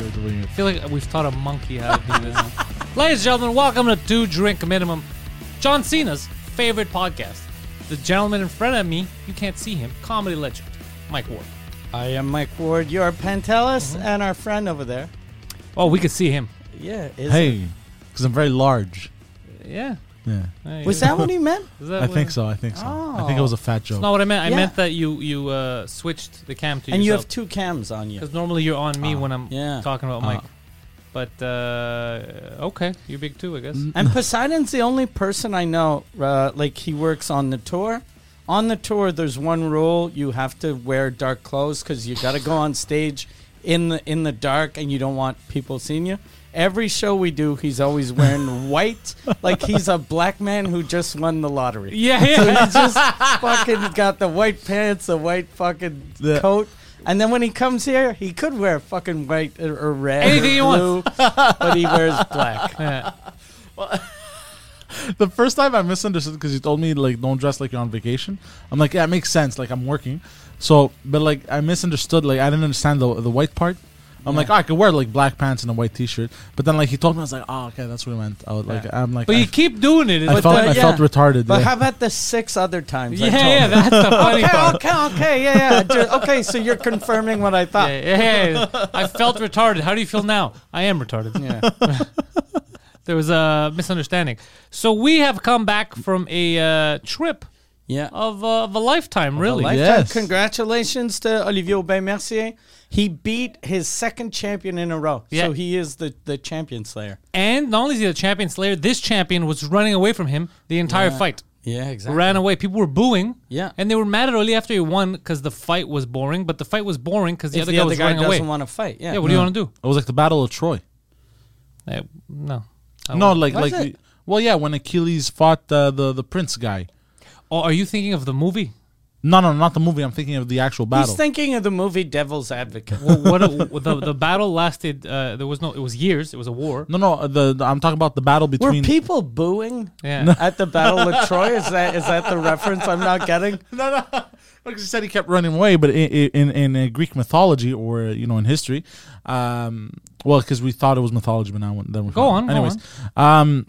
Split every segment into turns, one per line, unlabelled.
I feel like we've taught a monkey how to do this. Ladies and gentlemen, welcome to Two Drink Minimum, John Cena's favorite podcast. The gentleman in front of me, you can't see him, comedy legend, Mike Ward.
I am Mike Ward, your Pantelis, and our friend over there.
Oh, we could see him.
Yeah. Is
Hey, because I'm very large.
Yeah.
Yeah,
Hey,
it- Was that what he meant?
is that
I
what-
think so. I think so. I think it was a
Oh.
fat joke.
That's not what I meant. I
Yeah.
meant that you you uh, switched the cam to
And you
yourself.
have two cams on you.
Because normally you're on me when I'm
yeah.
talking about Mike. But uh, okay, you're big too, I guess.
And Poseidon's the only person I know, uh, like, he works on the tour. On the tour, there's one rule you have to wear dark clothes because you got to go on stage in the, in the dark and you don't want people seeing you. Every show we do, he's always wearing white, like he's a black man who just won the lottery.
Yeah, yeah.
He's just fucking got the white pants, the white fucking
The-
coat. And then when he comes here, he could wear fucking white or, or red,
Anything he
or blue,
wants.
but he wears black.
yeah.
the first time I misunderstood because you told me like don't dress like you're on vacation. I'm like, yeah, it makes sense. Like I'm working, so but like I misunderstood. Like I didn't understand the the white part. I'm like, oh, I could wear like black pants and a white T-shirt, but then like he told me, I was like, oh, okay, that's what he meant. I was like, I'm like,
But
I,
you keep doing it. It's
I
like
felt
that-
I felt retarded.
But
yeah.
how about the six other times? I
yeah,
told
yeah,
him?
that's the funny part.
Okay, okay, okay, yeah, yeah. Ju- okay, so you're confirming what I thought.
Yeah, yeah, yeah. I felt retarded. How do you feel now? I am retarded.
Yeah.
There was a misunderstanding. So we have come back from a uh, trip
yeah.
of, uh, of a lifetime, really.
Lifetime.
Yes.
Congratulations to Olivier Aubin Mercier. He beat his second champion in a row.
Yeah.
So he is the, the champion slayer.
And not only is he the champion slayer, this champion was running away from him the entire fight.
Yeah, exactly.
Ran away. People were booing.
Yeah.
And they were mad at Oli after he won because the fight was boring. But the fight was boring because the
if
other guy was running away.
doesn't want to fight. Yeah.
yeah, what do you want to do?
it was like the Battle of Troy.
Uh, no. I
No,
won't.
like
Oh. Was
like
it?
well, yeah, when Achilles fought uh, the the prince guy.
Oh, are you thinking of the movie?
No, no, not the movie. I'm thinking of the actual battle.
He's thinking of the movie Devil's Advocate.
Well, what the, the battle lasted. Uh, there was no. It was years. It was a war.
No, no. The, the- I'm talking about the battle
Were
between.
people booing
Yeah. No.
at the Battle of Troy? Is that is that the reference I'm not getting?
no, no. Because he said he kept running away, but in in, in uh, Greek mythology or uh, you know in history, um, well, because we thought it was mythology, but now we- then we
Go on, go
Anyways, um,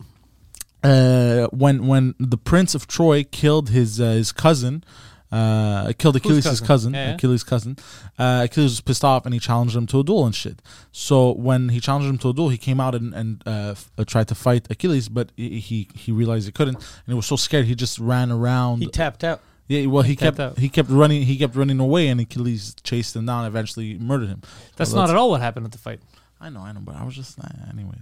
uh, when when the prince of Troy killed his uh, his cousin. Uh, killed Achilles'
cousin?
cousin,
Yeah, yeah.
Achilles' cousin. Uh, Achilles was pissed off, and he challenged him to a duel and shit. So when he challenged him to a duel, he came out and, and uh, f- uh, tried to fight Achilles, but he, he he realized he couldn't, and he was so scared he just ran around.
He tapped out.
Yeah, well, he
kept
kept
up.
he kept running he kept running away, and Achilles chased him down. Eventually, murdered him.
That's not at all what happened at the fight.
I know, I know, but I was just uh, anyways.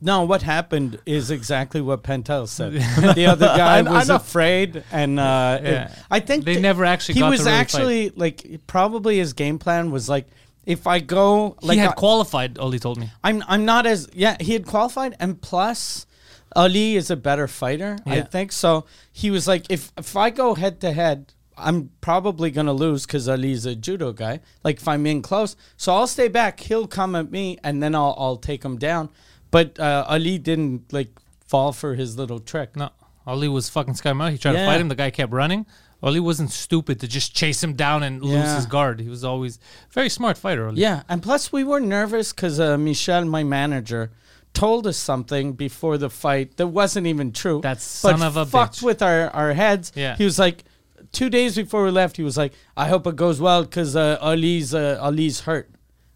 No, what happened is exactly what Pentel said. the other guy was afraid, and uh,
Yeah.
it- I think
They
th-
never actually
He
got to
was
really fight.
actually like probably his game plan was like, if I go, like uh,
he had
I-
qualified. Oli told me.
I'm I'm not as yeah. He had qualified, and plus, Ali is a better fighter. I
Yeah.
think so. He was like, if if I go head to head, I'm probably gonna lose because Ali's a judo guy. Like if I'm in close, so I'll stay back. He'll come at me, and then I'll I'll take him down. But uh, Ali didn't like fall for hhis little trick.
No, Oli was fucking Sky Mountain. He tried to
Yeah.
fight him. The guy kept running. Oli wasn't stupid to just chase him down and lose
Yeah.
his guard. He was always very smart fighter. Oli.
Yeah, and plus we were nervous because uh, Michelle, my manager, told us something before the fight that wasn't even true.
That son
but
of a
fucked
bitch.
with our our heads.
Yeah.
he was like, two days before we left, he was like, "I hope it goes well because uh, Ali's uh, Ali's hurt,"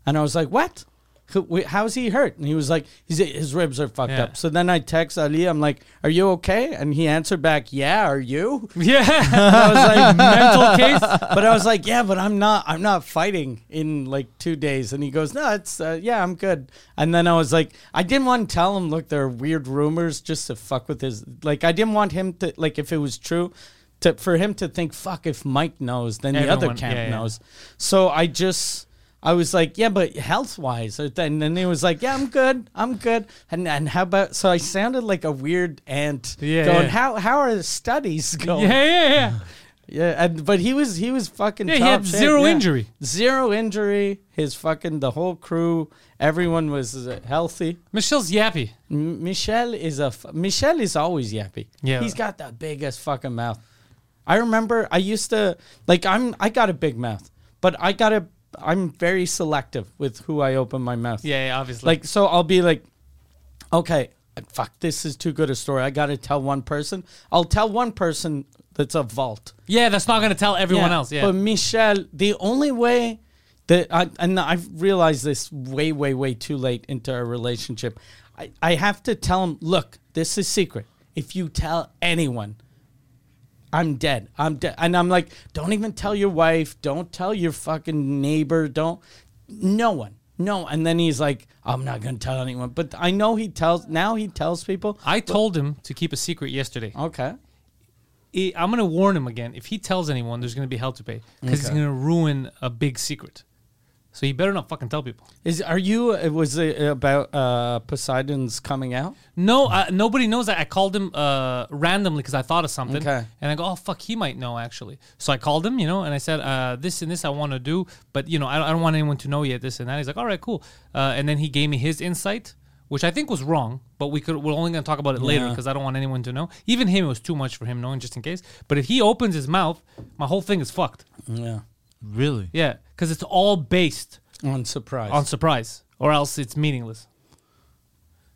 and I was like, "What?" who- wh- how's he hurt? And he was like, he's, his ribs are fucked
Yeah.
up. So then I text Ali. I'm like, are you okay? And he answered back, yeah, are you?
Yeah.
And I was like, mental case. But I was like, yeah, but I'm not, I'm not fighting in like two days. And he goes, no, it's, uh, yeah, I'm good. And then I was like, I didn't want to tell him, look, there are weird rumors just to fuck with his, like, I didn't want him to, like, if it was true, to, for him to think, fuck, if Mike knows, then the other
Everyone-
camp
yeah, yeah.
knows. So I just, I was like, yeah, but health wise. And then he was like, yeah, I'm good. I'm good. And, and how about, so I sounded like a weird aunt
Yeah,
going,
yeah.
How, how are the studies going?
Yeah, yeah, yeah.
Yeah, and but he was he was fucking.
Yeah, he
top
had
shit,
zero
yeah.
injury.
Zero injury. His fucking the whole crew. Everyone was uh, healthy.
Michelle's yappy.
M- Michelle is a f- Michelle is always yappy.
Yeah.
he's got the biggest fucking mouth. I remember I used to like I'm I got a big mouth, but I got a I'm very selective with who I open my mouth.
Yeah, yeah, obviously.
Like, so I'll be like, okay, fuck, this is too good a story. I got to tell one person. I'll tell one person that's a vault.
yeah, that's not gonna tell everyone else. Yeah.
But Michelle, the only way that I, and I've realized this way, way, way too late into our relationship, I, I have to tell him, look, this is secret. If you tell anyone, I'm dead. I'm dead. And I'm like, don't even tell your wife. Don't tell your fucking neighbor. Don't, no one. No. And then he's like, I'm not going to tell anyone. But I know he tells, now he tells people.
I told him to keep a secret yesterday.
Okay.
I- I'm gonna warn him again. If he tells anyone, there's gonna be hell to pay because he's gonna ruin a big secret. So he better not fucking tell people.
Is, are you, uh, was it about uh, Poseidon's coming out?
No, uh, nobody knows that. I called him uh, randomly because I thought of something.
Okay.
And I go, oh, fuck, he might know, actually. So I called him, you know, and I said, uh, this and this I want to do, but, you know, I, I don't want anyone to know yet, this and that. He's like, all right, cool. Uh, and then he gave me his insight, which I think was wrong, but we could, we're only going to talk about it later because I don't want anyone to know. Even him, it was too much for him knowing just in case. But if he opens his mouth, my whole thing is fucked.
Yeah.
Really?
Yeah. Because it's all based
On surprise.
on surprise or else it's meaningless.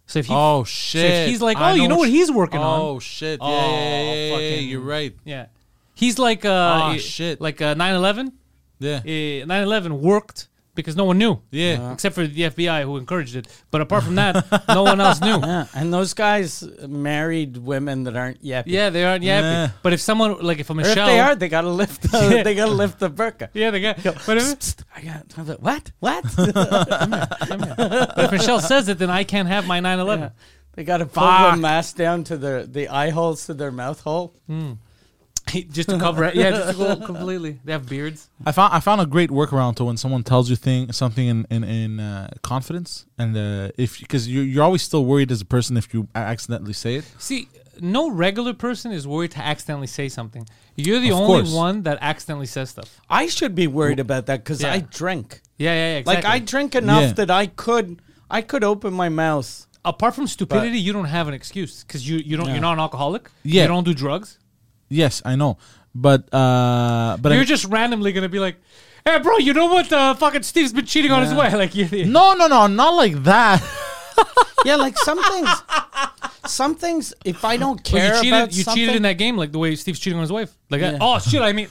So if he
Oh
So
shit!
if he's like, oh, you know what he's working
oh,
on.
Oh shit! Yeah,
Oh,
yeah, yeah, yeah, yeah,
fucking-
You're right.
Yeah. He's like uh
Ah,
eh,
shit.
like uh 9/11.
Yeah.
Eh, 9/11 worked because no one knew.
Yeah.
Except for the FBI who encouraged it. But apart from that, no one else knew.
Yeah, and those guys married women that aren't yet.
Yeah, they aren't yeah.
Yeah.
But if someone like if a
or if
Michelle
they are, they gotta lift. The,
Yeah.
They gotta lift the burqa.
Yeah, they got. But if,
Psst, I got I was like, what? What?
but if Michelle says it, then I can't have my 9/11.
they gotta pull
Fuck.
the mask down to their the eye holes to their mouth hole.
just to cover it. Yeah, just to go completely. They have beards.
I found I found a great workaround to when someone tells you thing something in in, in uh, confidence and uh, if because you you're always still worried as a person if you accidentally say it.
See, no regular person is worried to accidentally say something. You're the
Of
only
course.
one that accidentally says stuff.
I should be worried about that because
Yeah.
I drink.
Yeah, yeah, yeah exactly.
Like I drink enough
Yeah.
that I could I could open my mouth.
apart from stupidity, you don't have an excuse because you you don't you're not an alcoholic.
Yeah.
you don't do drugs.
Yes, I know, but uh, but I-
you're just randomly gonna be like, "Hey, bro, you know what? Uh, fucking Steve's been cheating on his wife." Like, you,
no no no not like that.
Yeah, like some things. Some things, if I don't
Well,
care
you
about
cheated. You
something,
cheated in that game, like the way Steve's cheating on his wife. Like, that. oh shit, I mean.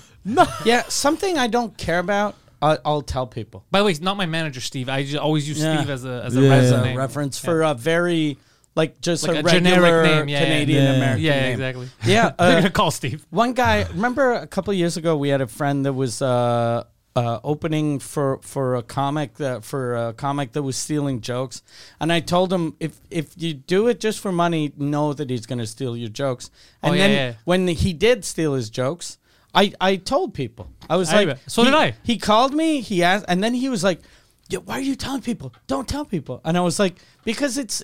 yeah, something I don't care about, I, I'll tell people.
By the way, it's not my manager, Steve. I just always use
Yeah.
Steve as a as a,
Yeah.
reference
As
a
name.
reference for a very like just
Like
a,
a generic
regular
name, yeah, yeah.
Canadian
Yeah.
American.
Yeah, yeah
name.
exactly.
Yeah,
They're
uh,
gonna call Steve.
one guy. Remember a couple of years ago, we had a friend that was uh, uh, opening for for a comic that for a comic that was stealing jokes, and I told him if if you do it just for money, know that he's going to steal your jokes. And
Oh, yeah,
then
yeah.
when he did steal his jokes. I, I told people I was
I
like
bet. So
he-
did I.
he called me he asked and then he was like yeah, why are you telling people don't tell people and i was like because it's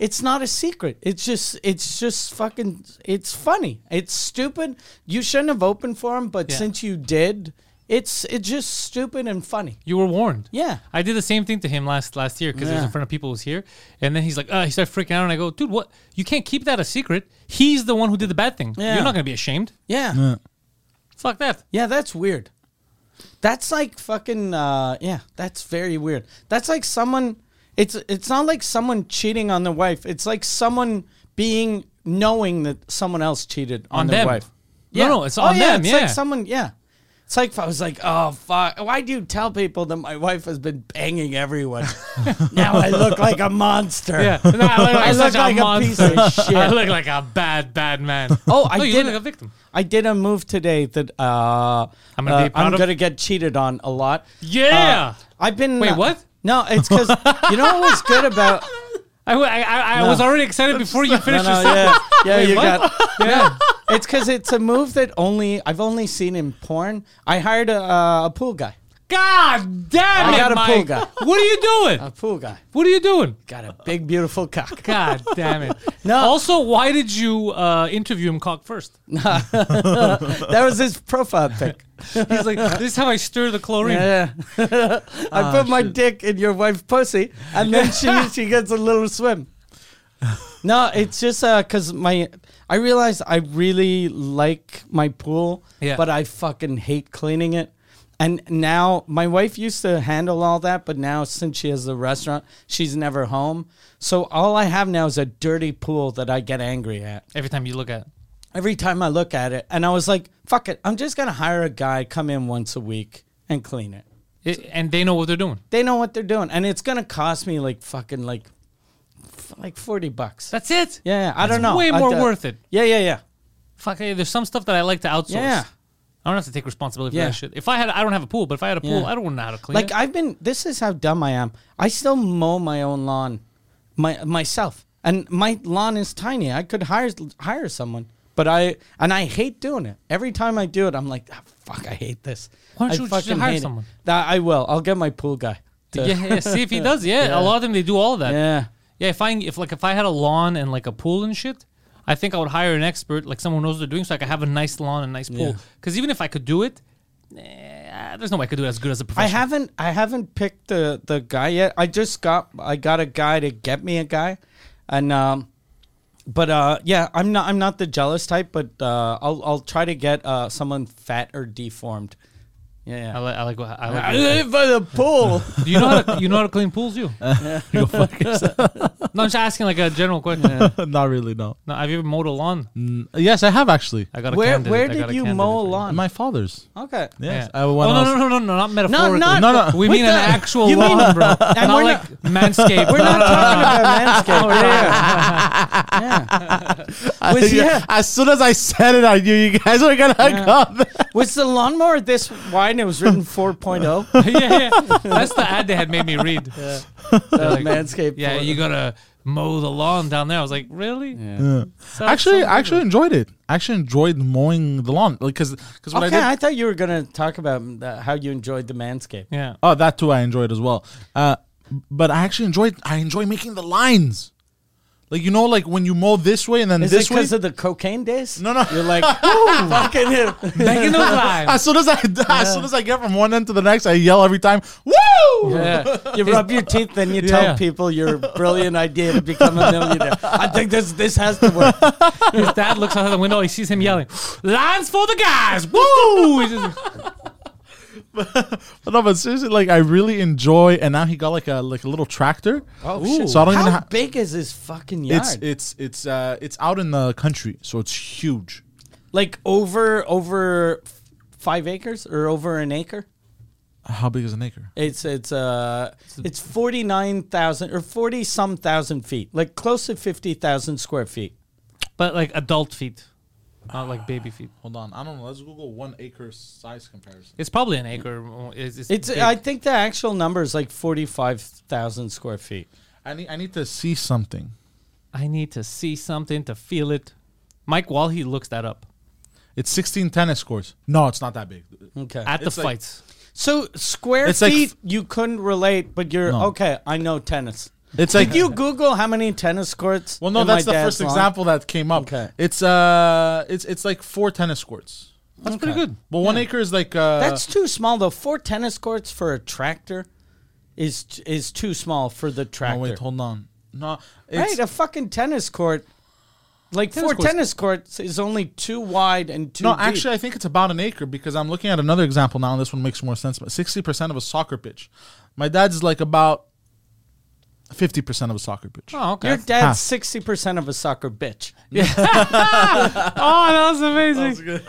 it's not a secret it's just it's just fucking it's funny it's stupid you shouldn't have opened for him but
Yeah.
since you did it's it's just stupid and funny
You were warned.
Yeah.
I did the same thing to him last last year because he was
Yeah.
in front of people who was here, and then he's like, uh, he started freaking out, and I go, dude, what? You can't keep that a secret. He's the one who did the bad thing.
Yeah.
You're not gonna be ashamed.
yeah yeah,
Yeah.
Fuck that.
that's weird that's like fucking uh yeah that's very weird that's like someone it's it's not like someone cheating on their wife it's like someone being knowing that someone else cheated on,
On
their
them.
wife
No, no, it's on
yeah,
them,
It's
yeah.
like someone, yeah. It's like if I was like, oh fuck, why do you tell people that my wife has been banging everyone? now I look like a monster.
Yeah, no, I look like,
I look
such
like
a,
a piece
monster.
of shit.
I look like a bad, bad man.
Oh, I
no, you
did-
look like a victim.
I did a move today that uh,
I'm gonna be
uh,
proud
I'm
of-
gonna get cheated on a lot.
Yeah.
Uh, I've been.
Wait, what?
No, it's because you know what was good about.
I, w- I- I- I was already excited before you
No,
finished
no,
your sentence.
yeah, yeah,
Wait,
you
what?
got. Yeah, it's because it's a move that only I've only seen in porn. I hired a, uh, a pool guy.
God damn
I
it,
got a
Mike.
puga.
What are you doing?
A pool guy
What are you doing?
got a big, beautiful cock.
God damn it.
No.
Also, why did you uh, interview him cock first?
That was his profile pic.
He's like, this is how I stir the chlorine.
Yeah. I put my dick in your wife's pussy, and then she she gets a little swim. No, it's just because my I realized I really like my pool,
Yeah.
but I fucking hate cleaning it. And now my wife used to handle all that, but now since she has the restaurant, she's never home. So all I have now is a dirty pool that I get angry at
Every time you look at it.
every time I look at it, and I was like, "Fuck it, I'm just gonna hire a guy come in once a week and clean it."
It- and they know what they're doing.
They know what they're doing, and it's gonna cost me like fucking like f- like forty bucks.
That's it.
yeah, yeah, I
That's
don't know.
way
I
more
d-
worth it.
Yeah, yeah, yeah.
Fuck, hey, there's some stuff that I like to outsource.
Yeah.
I don't have to take responsibility for
Yeah.
that shit. If I had, I don't have a pool, but if I had a pool,
Yeah.
I don't know how to clean
Like
it.
I've been. This is how dumb I am. I still mow my own lawn, my myself, and my lawn is tiny. I could hire hire someone, but I and I hate doing it. Every time I do it, I'm like, "Ah, fuck, I hate this.
Why don't
I
you just
fucking
hire
hate it."
someone?
That I will. I'll get my pool guy. to-
yeah, yeah, see if he does. Yeah, a lot of them they do all that.
Yeah.
yeah. If I if like if I had a lawn and like a pool and shit, I think I would hire an expert, like someone who knows what they're doing, so I could have a nice lawn and nice pool. Because even if I could do it, eh, there's no way I could do it as good as a
I
professional.
haven't I haven't picked the the guy yet. I just got I got a guy to get me a guy, and um, but uh, yeah, I'm not I'm not the jealous type, but uh, I'll I'll try to get uh someone fat or deformed.
I
Yeah,
like. I like. what- I
I
like what-
live by the pool.
do you know how to, you know how to clean pools? You? no,
Go fuck yourself.
I'm just asking like a general question.
Not really, no.
No, have you ever mowed a lawn?
Yes, I have actually.
I got a
where
candidate.
where
I got
did
a
you
candidate
mow a
for you.
lawn?
My father's.
okay.
Yes.
Yeah.
I, when
oh,
I was-
no, no, no, no, no, not metaphorically.
not-
No, no.
We
What
mean an
the-
actual
you mean-
lawn, bro. Not
we're
like manscaped.
We're not talking about
Oh,
manscaped. yeah. Was, yeah.
As soon as I said it, I knew you guys were gonna come.
Was the lawnmower this wide? and It was written oh? 4.0.
yeah, yeah. That's the ad they had made me read. Yeah,
Uh, Manscaped.
yeah you gotta mow the lawn down there. I was like, really? Sounds-
actually,
sounds
I actually enjoyed it. I actually enjoyed mowing the lawn, like because because what
Okay,
I
I,
did.
thought you were gonna talk about mm, the, how you enjoyed the manscape.
good. yeah.
oh, that too, I enjoyed as well. Uh, but I actually enjoyed. I enjoy making the lines, like you know, like when you mow this way and then
Is
this
it
way.
because of the cocaine days?
no, no.
You're like, "Ooh, fucking him.
Making those lines.
As soon as I as soon as I get from one end to the next, I yell every time. Woo!
Yeah. You rub your teeth, then you tell
Yeah.
people your brilliant idea to become a millionaire. I think this this has to work.
His dad looks out the window. He sees him yelling, "Lines for the guys!" Woo! He's just-
But no, but seriously, like I really enjoy. And now he got like a like a little tractor.
Oh shit!
So I don't
how
even. Ha-
big is his fucking yard?
it's it's it's uh it's out in the country, so it's huge.
like over over f- five acres or over an acre?
How big is an acre?
It's it's uh it's forty nine thousand or forty some thousand feet, like close to fifty thousand square feet.
but like adult feet, not like baby feet.
Hold on, I don't know. Let's Google one acre size comparison.
It's probably an acre. or- It's, it's,
It's
big.
I think the actual number is like forty five thousand square feet.
I need I need to see something.
I need to see something to feel it. Mike, while he looks that up
It's 16 tennis courts. No, it's not that big.
Okay.
at the
It's like-
fights,
so square
It's like
feet
f-
you couldn't relate, but you're
No.
okay, I know tennis.
It's like
Did you Google how many tennis courts?
Well, no,
in
that's
my
the
dad's
first
lawn?
example that came up.
Okay.
It's uh, it's it's like four tennis courts.
that's pretty good.
But one acre is like uh,
That's too small though. Four tennis courts for a tractor is is too small for the tractor.
Oh, wait, hold on. No, it's
right, a fucking tennis court. Like
Tennis
four
courts.
tennis courts is only two wide and two.
no.
deep.
Actually, I think it's about an acre because I'm looking at another example now, and this one makes more sense. But 60 percent of a soccer pitch. My dad's like about fifty percent of a soccer bitch.
Oh, okay.
Your dad's
Huh.
sixty percent of a soccer bitch,
oh, that was amazing.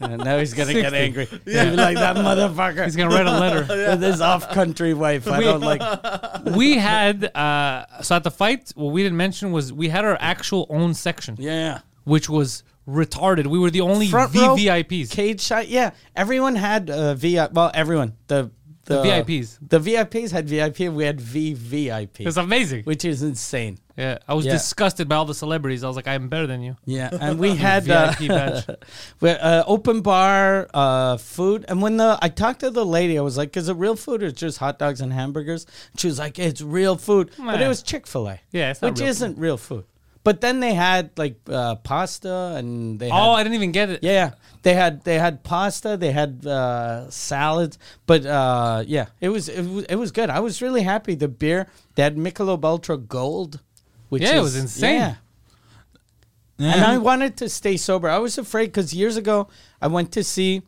and now he's gonna get
60.
angry. Yeah, like that motherfucker.
He's gonna write a letter.
with his off-country wife. I don't like.
we had uh, so at the fight. What we didn't mention was we had our actual own section,
Yeah.
which was retarded. We were the only
Front row
VVIPs.
cage shot. Yeah, everyone had uh, VIP. Well, everyone the. The,
VIPs.
The VIPs had VIP. We had VVIP,
It's amazing.
which is insane.
yeah, I was
Yeah.
disgusted by all the celebrities. I was like, I am better than you.
Yeah, and we had uh,
VIP badge.
we- uh, open bar uh, food. And when the I talked to the lady, I was like, "Is it real food or it's just hot dogs and hamburgers?" She was like, "It's real food," but it
Meh.
was Chick Fil A.
Yeah, it's not
which
real
isn't real food. But then they had like uh, pasta, and they
Oh,
had,
I didn't even get it.
Yeah, yeah. They had they had pasta, they had uh, salads, but uh, yeah, it was, it was it was good. I was really happy. The beer they had Michelob Ultra Gold, which
Yeah, it
is-
was insane.
yeah. And I wanted to stay sober. I was afraid because years ago I went to see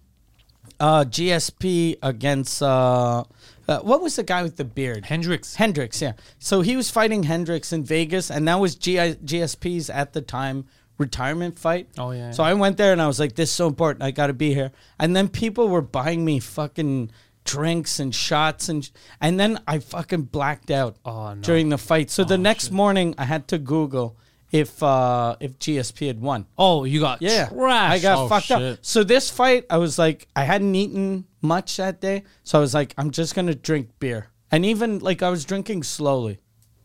uh, GSP against uh, uh, what was the guy with the beard?
Hendrix.
Hendrix, yeah. So he was fighting Hendrix in Vegas, and that was GI, GSP's at the time retirement fight.
Oh, yeah,
So I went there and I was like, "This is so important. I got to be here." And then people were buying me fucking drinks and shots, and sh- and then I fucking blacked out
Oh, no.
during the fight. So the next morning, I had to Google if uh, if GSP had won.
Oh, you got
Yeah,
trash.
I got
Oh,
fucked up.
shit.
So this fight, I was like, I hadn't eaten much that day, so I was like, I'm just gonna drink beer, and even like I was drinking slowly,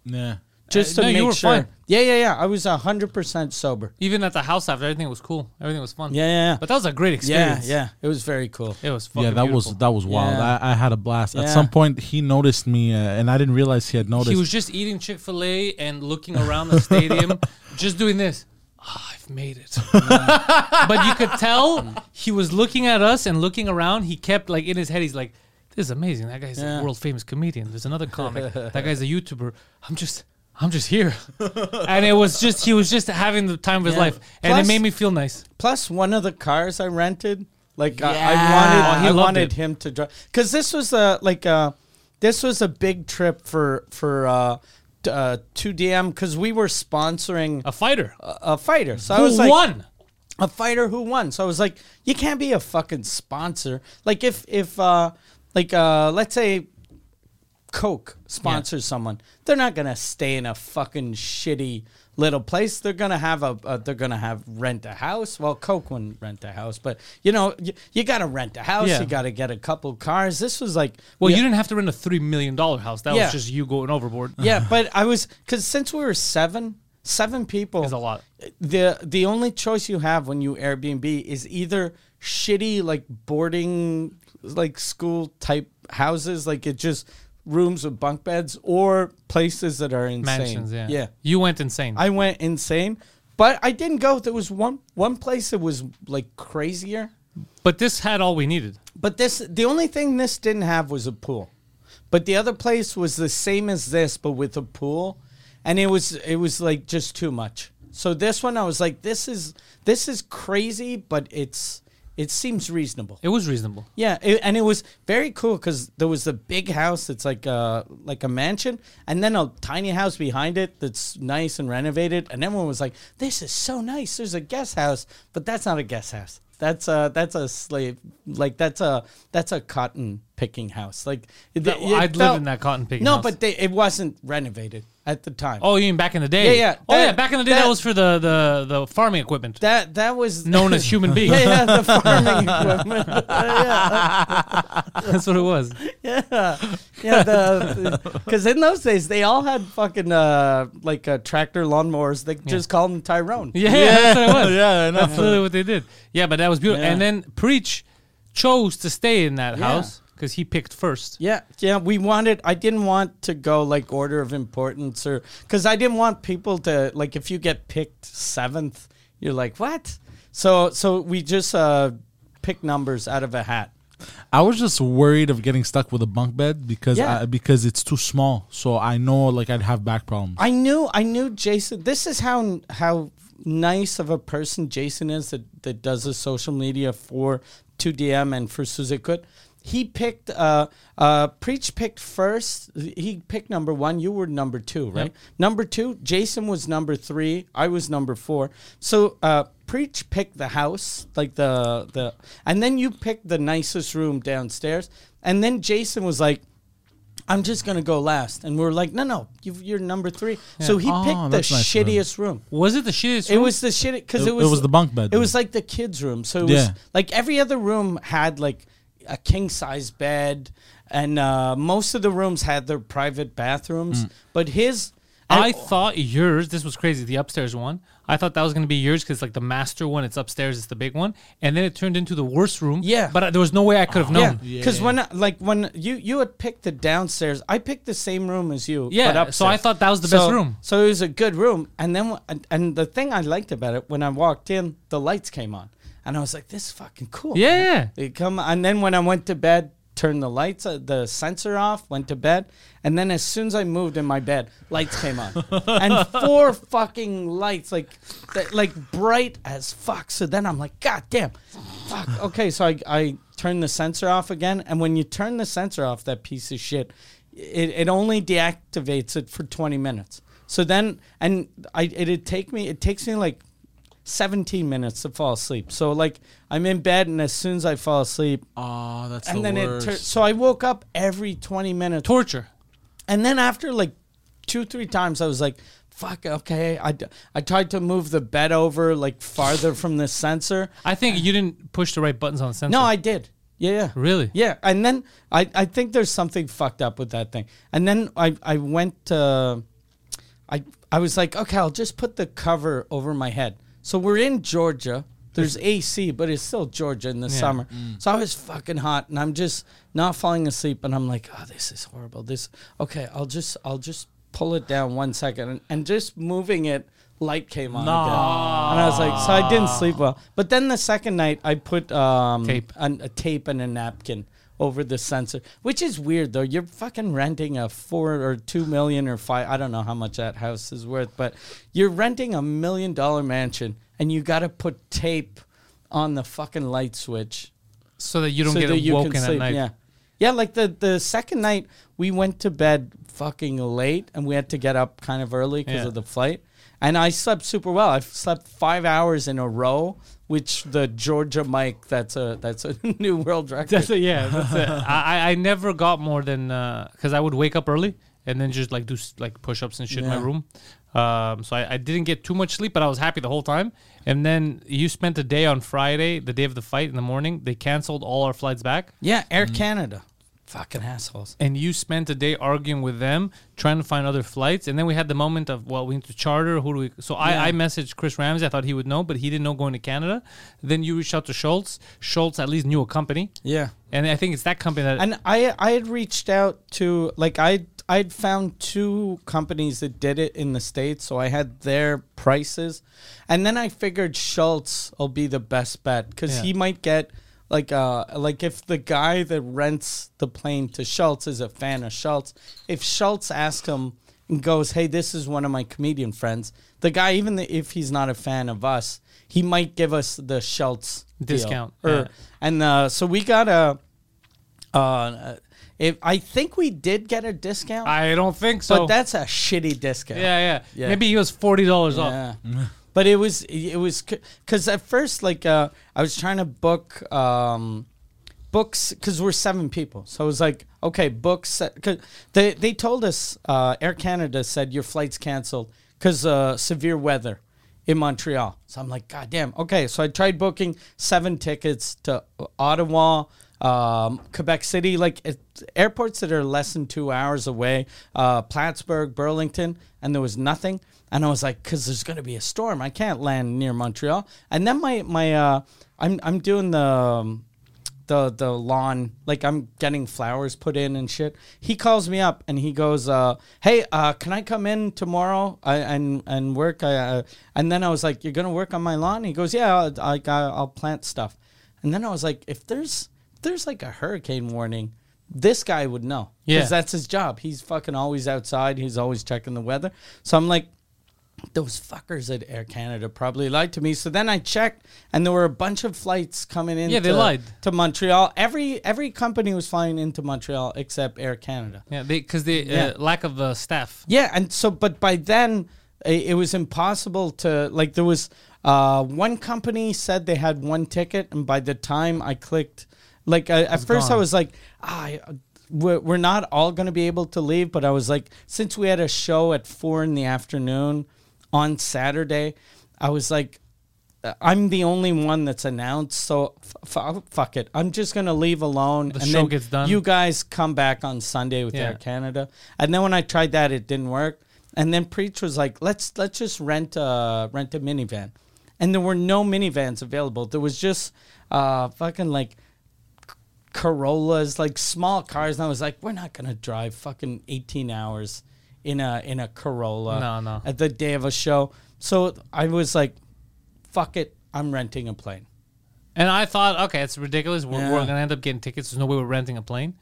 Yeah.
just
Uh,
to
no, you
make
were
sure.
fine.
Yeah, yeah, yeah. I was hundred percent sober.
even at the house after everything was cool. Everything was fun.
Yeah, yeah, yeah.
But that was a great
Yeah,
experience.
yeah. It was very cool.
It was fucking
Yeah, that
beautiful.
was that was wild.
Yeah.
I, I had a blast. At
Yeah.
some point, he noticed me, uh, and I didn't realize he had noticed.
He was just eating Chick Fil A and looking around the stadium, just doing this. Ah, I've made it. but you could tell he was looking at us and looking around. He kept like in his head. He's like, "This is amazing. That guy's
Yeah.
a world famous comedian. There's another comic. that guy's a YouTuber. I'm just." I'm just here, and it was just he was just having the time of his
Yeah.
life, and
Plus-
it made me feel nice.
Plus, one of the cars I rented, like I-
Yeah.
I
Oh,
wanted,
he
I
loved
wanted
it.
him to drive because this was a like uh this was a big trip for for uh, t- uh 2DM because we were sponsoring
A fighter
a, a fighter. So I
who
was like,
won.
a fighter who won. So I was like, you can't be a fucking sponsor. Like if if uh like uh let's say Coke sponsors someone, they're not gonna stay in a fucking shitty little place. They're gonna have a uh, they're gonna have rent a house. Well, Coke wouldn't rent a house, but you know you, you gotta rent a house.
Yeah.
You gotta get a couple cars. This was like
Well,
yeah.
you didn't have to rent a three million dollar house. That
Yeah.
was just you going overboard.
yeah, but I was because since we were seven, seven people
Is a lot.
The the only choice you have when you Airbnb is either shitty like boarding like school type houses, like it just rooms with bunk beds, or places that are insane.
mansions. Yeah,
yeah.
You went insane.
I went insane, but I didn't go. There was one one place that was like crazier.
but this had all we needed.
But this, the only thing this didn't have was a pool. But the other place was the same as this, but with a pool, and it was it was like just too much. So this one, I was like, this is this is crazy, but it's it seems reasonable.
It was reasonable.
Yeah, it, and it was very cool because there was the big house that's like a like a mansion, and then a tiny house behind it that's nice and renovated. And everyone was like, "This is so nice." There's a guest house, but that's not a guest house. That's a that's a slave like that's a that's a cotton picking house. Like it-
That-
it
I'd lived
felt-
in that cotton picking
No,
house.
but they, it wasn't renovated at the time.
Oh, you mean back in the day?
Yeah, yeah.
Oh, yeah.
That-
Back in the day, that,
that-
was for the, the, the farming equipment
that that was
known as human beings.
yeah, yeah, the farming equipment. yeah.
That's what it was.
yeah, yeah. The because in those days they all had fucking uh, like uh, tractor lawnmowers. They just called them Tyrone.
Yeah, that's what it was.
Yeah, I know.
That's literally what they did. Yeah, but that was beautiful.
Yeah.
And then Preach chose to stay in that
Yeah.
house because he picked first.
yeah, yeah. We wanted. I didn't want to go like order of importance or because I didn't want people to like if you get picked seventh, you're like what? So so we just uh, pick numbers out of a hat.
I was just worried of getting stuck with a bunk bed because
Yeah.
I, because it's too small. So I know like I'd have back problems.
I knew I knew Jason. This is how how nice of a person Jason is that, that does the social media for 2DM and for Suzekut. he picked uh uh preach picked first he picked number one you were number two right number two jason was number three i was number four so uh preach picked the house like the the and then you picked the nicest room downstairs and then jason was like I'm just gonna go last, and we're like, no, no, you you're number three. So he
Oh,
picked the
that's nice of him.
shittiest room.
Was it the shittiest?
It
room?
was the shit because
It-
it,
it
was
was the bunk bed
It
room.
was like the kids' room. So it was
Yeah.
like every other room had like a king size bed, and uh, most of the rooms had their private
Mm.
bathrooms. But his,
I thought yours. This was crazy. The upstairs one. I thought that was gonna be yours because like the master one, it's upstairs. It's the big one, and then it turned into the worst room.
Yeah. Oh,
but uh, there was no way I could have known.
yeah, because when I- like when you you had picked the downstairs, I picked the same room as you.
Yeah,
but
so I
upstairs.
thought that was the
So-
best room.
So it was a good room, and then wh- and- and the thing I liked about it when I walked in, the lights came on, and I was like, this is fucking cool.
Yeah,
man.
yeah.
They come, and then when I went to bed, turned the lights, uh, the sensor off, went to bed, and then as soon as I moved in my bed, lights came on, and four fucking lights, like, th- like bright as fuck. So then I'm like, God damn, fuck. Okay, so I I turned the sensor off again, and when you turn the sensor off, that piece of shit, it it only deactivates it for 20 minutes. So then, and I it'd take me, it takes me like 17 minutes to fall asleep. So like I'm in bed and as soon as I fall asleep
Oh, that's
and then it tur- so I woke up every 20 minutes.
torture.
And then after like two three times I was like fuck okay I, d- I tried to move the bed over like farther from the sensor.
I think you didn't push the right buttons on the sensor.
No, I did. Yeah, yeah.
Really?
Yeah. And then I, I think there's something fucked up with that thing. And then I, I went to, I, I was like, okay, I'll just put the cover over my head. So we're in Georgia. There's AC, but it's still Georgia in the summer. So I was fucking hot and I'm just not falling asleep. And I'm like, oh, this is horrible. This, okay, I'll just, I'll just pull it down one second. And, and just moving it, light came on. Again. And I was like, so I didn't sleep well. But then the second night, I put, um,
Tape.
an, a tape and a napkin over the sensor, which is weird though. You're fucking renting a four or two million or five. I don't know how much that house is worth, but you're renting a million dollar mansion and you got to put tape on the fucking light switch
so that you don't get
that you
woken
can
at
sleep,
night.
Yeah, yeah. Like the the second night, we went to bed fucking late, and we had to get up kind of early because
Yeah.
of the flight. And I slept super well. I slept five hours in a row, which the Georgia Mike that's a that's a new world record.
That's it. Yeah, that's it. I, I- I never got more than because I would wake up early and then just like do s- like push ups and shit in my
Yeah.
room. Um, so I, I didn't get too much sleep, but I was happy the whole time. And then you spent the day on Friday, the day of the fight in the morning. They canceled all our flights back,
yeah, Air
Mm.
Canada, fucking assholes.
and you spent a day arguing with them, trying to find other flights. And then we had the moment of well, we need to charter. Who do we? So I, I messaged Chris Ramsey. I thought he would know, but he didn't know going to Canada. Then you reached out to Schultz. Schultz at least knew a company.
Yeah.
And I think it's that company that
And I I had reached out to like I I'd found two companies that did it in the states, so I had their prices, and then I figured Schultz will be the best bet because he might get like uh like if the guy that rents the plane to Schultz is a fan of Schultz, if Schultz asks him and goes, hey, this is one of my comedian friends, the guy even if he's not a fan of us, he might give us the Schultz deal.
Discount,
or
yeah.
and uh, so we got a. Uh, if I think we did get a discount,
I don't think so.
but that's a shitty discount.
yeah, yeah,
Yeah.
Maybe he was forty dollars off.
Yeah. but it was it was because at first like uh, I was trying to book um, books because we're seven people, so I was like, okay, books. uh, Cause they they told us uh, Air Canada said your flight's canceled because uh, severe weather in Montreal. So I'm like, God damn. Okay, so I tried booking seven tickets to Ottawa, um, Quebec City, like it, airports that are less than two hours away, uh, Plattsburgh, Burlington, and there was nothing. And I was like, because there's going to be a storm. I can't land near Montreal. And then my my uh, I'm I'm doing the. Um, the the lawn like i'm getting flowers put in and shit he calls me up and he goes uh hey uh can i come in tomorrow I, and and work I, uh, and then i was like you're gonna work on my lawn he goes yeah I'll, I, i'll plant stuff and then i was like if there's if there's like a hurricane warning this guy would know
Yeah.
that's his job he's fucking always outside he's always checking the weather so i'm like those fuckers at Air Canada probably lied to me. So then I checked, and there were a bunch of flights coming in.
Yeah, they
to-
lied.
to Montreal. Every every company was flying into Montreal except Air Canada.
Yeah, because the
Yeah.
uh, lack of uh, staff.
Yeah, and so but by then i- it was impossible to like there was uh, one company said they had one ticket, and by the time I clicked, like I, at first I
gone.
was like, ah, I- we're, we're not all going to be able to leave, but I was like, since we had a show at four in the afternoon on Saturday, I was like. "Uh, I'm the only one that's announced, so f- f- fuck it. I'm just gonna leave alone.
The show gets done.
You guys come back on Sunday with
Yeah.
Air Canada. And then when I tried that, it didn't work. And then Preach was like, "Let's let's just rent a rent a minivan," and there were no minivans available. There was just uh fucking like Corollas, like small cars, and I was like, "We're not gonna drive fucking eighteen hours in a in a Corolla."
No, no.
At the day of a show, so I was like, "Fuck it, I'm renting a plane."
And I thought, okay, it's ridiculous. We're, we're
Yeah.
gonna end up getting tickets. There's no way we're renting a plane.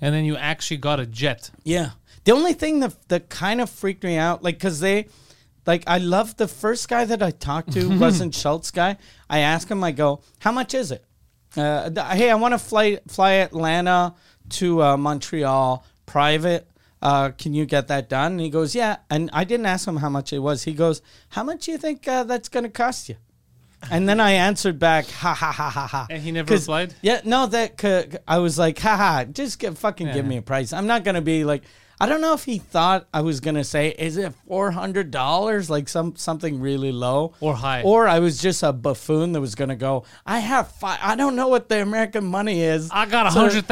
And then you actually got a jet.
Yeah. The only thing that that kind of freaked me out, like, cause they, like, I love the first guy that I talked to wasn't Schultz guy. I asked him, I go, how much is it? Uh, th- hey, I want to fly fly Atlanta to uh, Montreal private. Uh, can you get that done? And he goes, yeah. And I didn't ask him how much it was. He goes, how much do you think uh, that's gonna cost you? And then I answered back, ha ha ha ha ha.
And he never
'Cause-
replied?
Yeah, no, that c- c- I was like, haha, just get, fucking give me a price. I'm not gonna be like, I don't know if he thought I was gonna say, is it four hundred dollars, like some something really low
Or high.
or I was just a buffoon that was gonna go, I have five, I don't know what the American money is.
I got
So-
$100,000.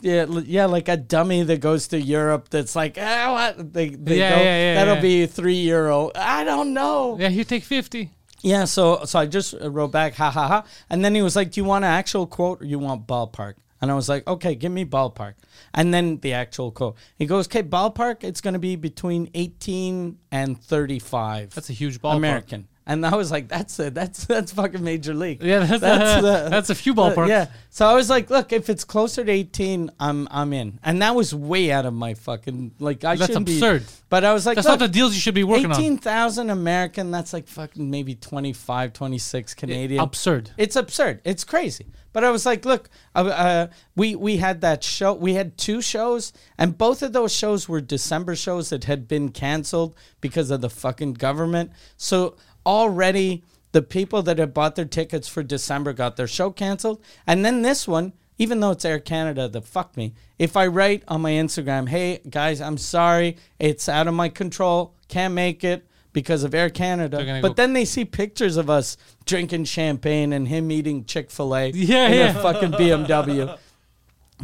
Yeah, yeah, l- yeah, like a dummy that goes to Europe that's like, ah, what? They, they
Yeah,
go,
yeah, yeah,
that'll
yeah.
be three euro. I don't know.
Yeah, you take fifty.
Yeah, so so I just uh, wrote back, ha ha ha, and then he was like, "Do you want an actual quote or you want ballpark?" And I was like, "Okay, give me ballpark." And then the actual quote. He goes, "Okay, ballpark. It's going to be between eighteen and thirty-five.
That's a huge ballpark.
American." And I was like, "That's it. That's that's fucking major league.
Yeah, that's-
the-
that's a few
the-
ballparks.
yeah. So I was like, look, if it's closer to eighteen, I'm I'm in. And that was way out of my fucking like I
That's
shouldn't
absurd.
be. But I was like,
That's
look,
not the deals you should be working on.
18,000 American, that's like fucking maybe 25, 26 Canadian.
absurd.
It's absurd. It's crazy. But I was like, look, uh, uh, we we had that show. We had two shows, and both of those shows were December shows that had been canceled because of the fucking government. So already the people that had bought their tickets for December got their show canceled, and then this one. Even though it's Air Canada that fucked me, if I write on my Instagram, hey guys, I'm sorry, it's out of my control, can't make it because of Air Canada.
gonna
But
go-
then then they see pictures of us drinking champagne and him eating Chick Fil A
Yeah,
in
yeah.
a fucking BMW.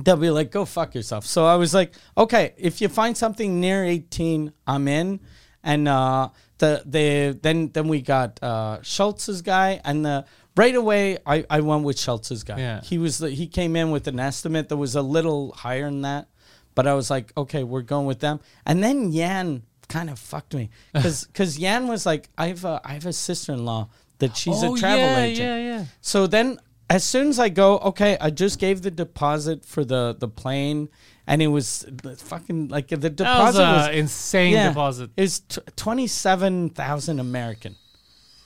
They'll be like, "Go fuck yourself." So I was like, "Okay, if you find something near eighteen, I'm in." And uh, the the then then we got uh, Schultz's guy, and the right away I, I went with Schultz's guy.
Yeah.
He was the, he came in with an estimate that was a little higher than that, but I was like, "Okay, we're going with them." And then Yan kind of fucked me because Yan was like, "I have a I have a sister in law that she's
Oh,
a travel
yeah,
agent."
yeah, yeah.
So then, as soon as I go, okay, I just gave the deposit for the the plane, and it was fucking like the deposit
That was
was
an insane deposit.
It was t- twenty seven thousand American,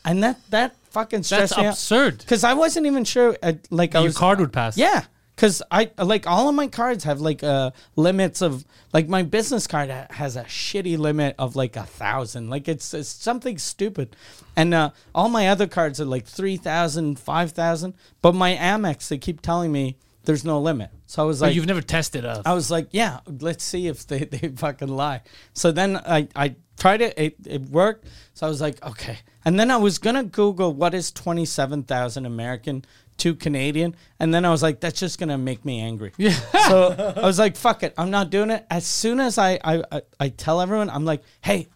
and that that fucking
That's
stressed me
absurd.
because I wasn't even sure. Uh, like I
Your
was,
card would pass.
yeah, because I like all of my cards have like uh limits of like my business card ha- has a shitty limit of like a thousand. Like it's, it's something stupid, and uh, all my other cards are like three thousand, five thousand. But my Amex, they keep telling me there's no limit. So I was
But
like,
you've never tested us.
I was like, yeah, let's see if they, they fucking lie. So then I, I tried it, it, it worked. So I was like, okay. And then I was going to Google what is 27,000 American to Canadian. And then I was like, that's just going to make me angry. Yeah. So I was like, fuck it. I'm not doing it. As soon as I, I, I, I tell everyone, I'm like, hey,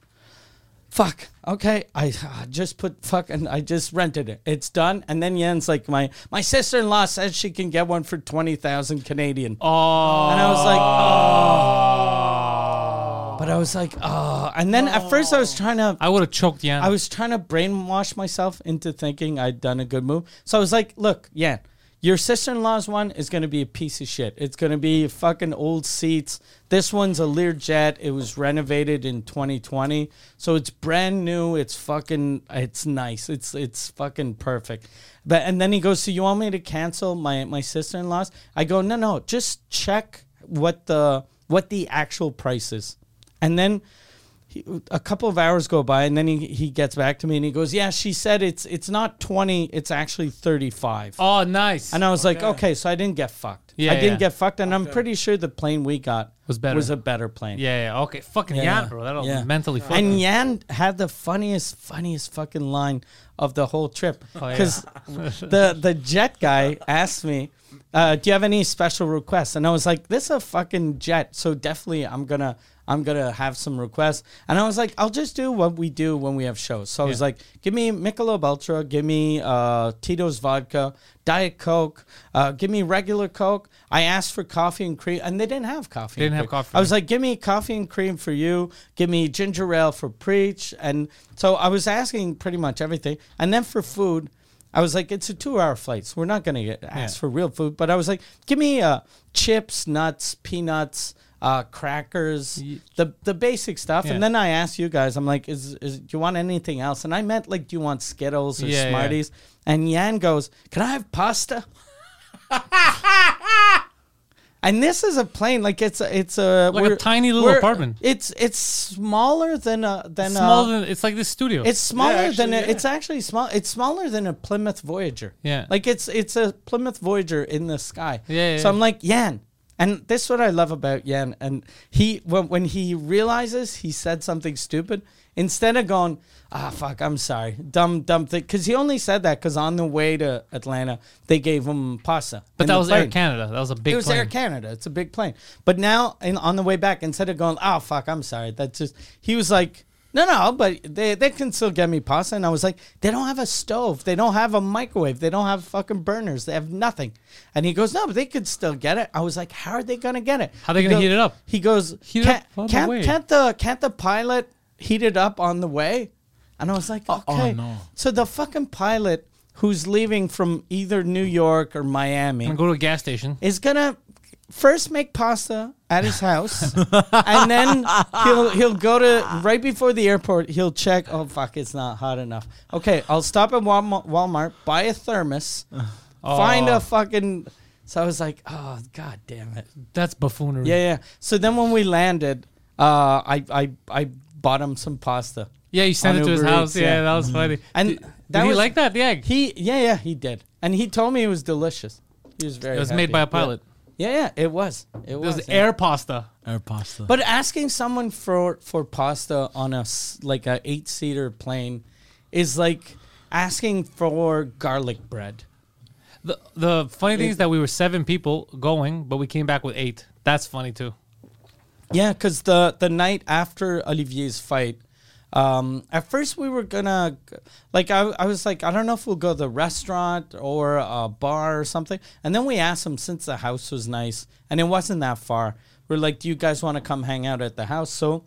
fuck okay i uh, just put fuck and i just rented it it's done and then yen's like my my sister-in-law says she can get one for 20000 canadian oh and i was like oh but i was like oh and then at first i was trying to
I would have choked Yan.
I was trying to brainwash myself into thinking I'd done a good move. So I was like, look, yeah, Your sister in law's one is going to be a piece of shit. It's going to be fucking old seats. This one's a Learjet. It was renovated in 2020, so it's brand new. It's fucking. It's nice. It's it's fucking perfect. But and then he goes, "So you want me to cancel my my sister in law's?" I go, "No, no. Just check what the what the actual price is." And then he, a couple of hours go by and then he, he gets back to me and he goes, "Yeah, she said it's it's not 20, it's actually 35."
Oh, nice.
And I was like, "Okay, so I didn't get fucked."
Yeah,
I didn't
yeah.
get fucked and I'm pretty sure the plane we got
Was better.
was a better plane.
Yeah, yeah, okay. Fucking yeah, bro. That'll
yeah.
mentally fuck
And
you.
Yan had the funniest, funniest fucking line of the whole trip
Oh, yeah.
because the the jet guy asked me, uh, "Do you have any special requests?" And I was like, "This is a fucking jet, so definitely I'm gonna." I'm gonna have some requests, and I was like, "I'll just do what we do when we have shows." So I was
Yeah.
like, "Give me Michelob Ultra, give me uh, Tito's vodka, Diet Coke, uh, give me regular Coke." I asked for coffee and cream, and they didn't have coffee.
They didn't
and
have
cream.
coffee.
I was like, give me coffee and cream for you, give me ginger ale for preach. And so I was asking pretty much everything. And then for food, I was like, it's a two hour flight, so we're not going to get asked
Yeah.
for real food. But I was like, give me uh, chips, nuts, peanuts. Uh, crackers, the the basic stuff,
Yeah.
and then I asked you guys. I'm like, is, is do you want anything else? And I meant like, do you want Skittles or
Yeah, yeah.
Smarties? And Yan goes, can I have pasta? And this is a plane, like it's a, it's a
Like a
we're-
tiny little
we're-
apartment.
It's it's smaller than a than
smaller
a.
than it's like this studio.
uh, It's smaller
actually,
than a,
yeah.
it's actually small. It's smaller than a Plymouth Voyager.
Yeah.
like it's it's a Plymouth Voyager in the sky.
Yeah, yeah,
so
yeah.
I'm like Yan, and this is what I love about Yan. And he when when he realizes he said something stupid, instead of going ah fuck I'm sorry dumb dumb thing because he only said that because on the way to Atlanta they gave him pasta.
but
in
that
the
was Air
plane.
Canada. That was a big
It was
plane.
Air Canada. It's a big plane. But now, in, on the way back, instead of going, oh fuck, I'm sorry, that's just he was like, no, no, but they they can still get me pasta. And I was like, they don't have a stove, they don't have a microwave, they don't have fucking burners, they have nothing. And he goes, no, but they could still get it. I was like, how are they gonna get it?
How they
He
gonna
goes-
heat it up?
He goes,
Heat it
can't,
up on the
can't,
way."
can't the can't the pilot heat it up on the way? And I was like,
Uh-uh,
okay.
no.
So the fucking pilot who's leaving from either New York or Miami
And go to a gas station.
is gonna first make pasta at his house, and then he'll he'll go to right before the airport. He'll check. Oh fuck, it's not hot enough. Okay, I'll stop at Walmart, Walmart buy a thermos, find
Oh.
a fucking. So I was like, oh god damn it.
That's buffoonery.
Yeah, yeah. So then when we landed, uh, I I I bought him some pasta.
Yeah, you sent
On
it to his
Uber
house.
Eats,
yeah,
yeah.
that was funny.
And
did,
that
did he
was-
like that? The egg.
He yeah yeah he did, and he told me it was delicious. He was very.
it was
happy.
made by a pilot.
Yeah, yeah, it was. It
It
was,
was
yeah.
air pasta.
Air pasta.
But asking someone for for pasta on a s- like a eight seater plane is like asking for garlic bread.
The the funny thing is that we were seven people going, but we came back with eight. That's funny too.
Yeah, because the the night after Olivier's fight, um, at first we were gonna g- like I, I was like I don't know if we'll go to the restaurant or a bar or something, and then we asked him since the house was nice and it wasn't that far. We're like, do you guys want to come hang out at the house? So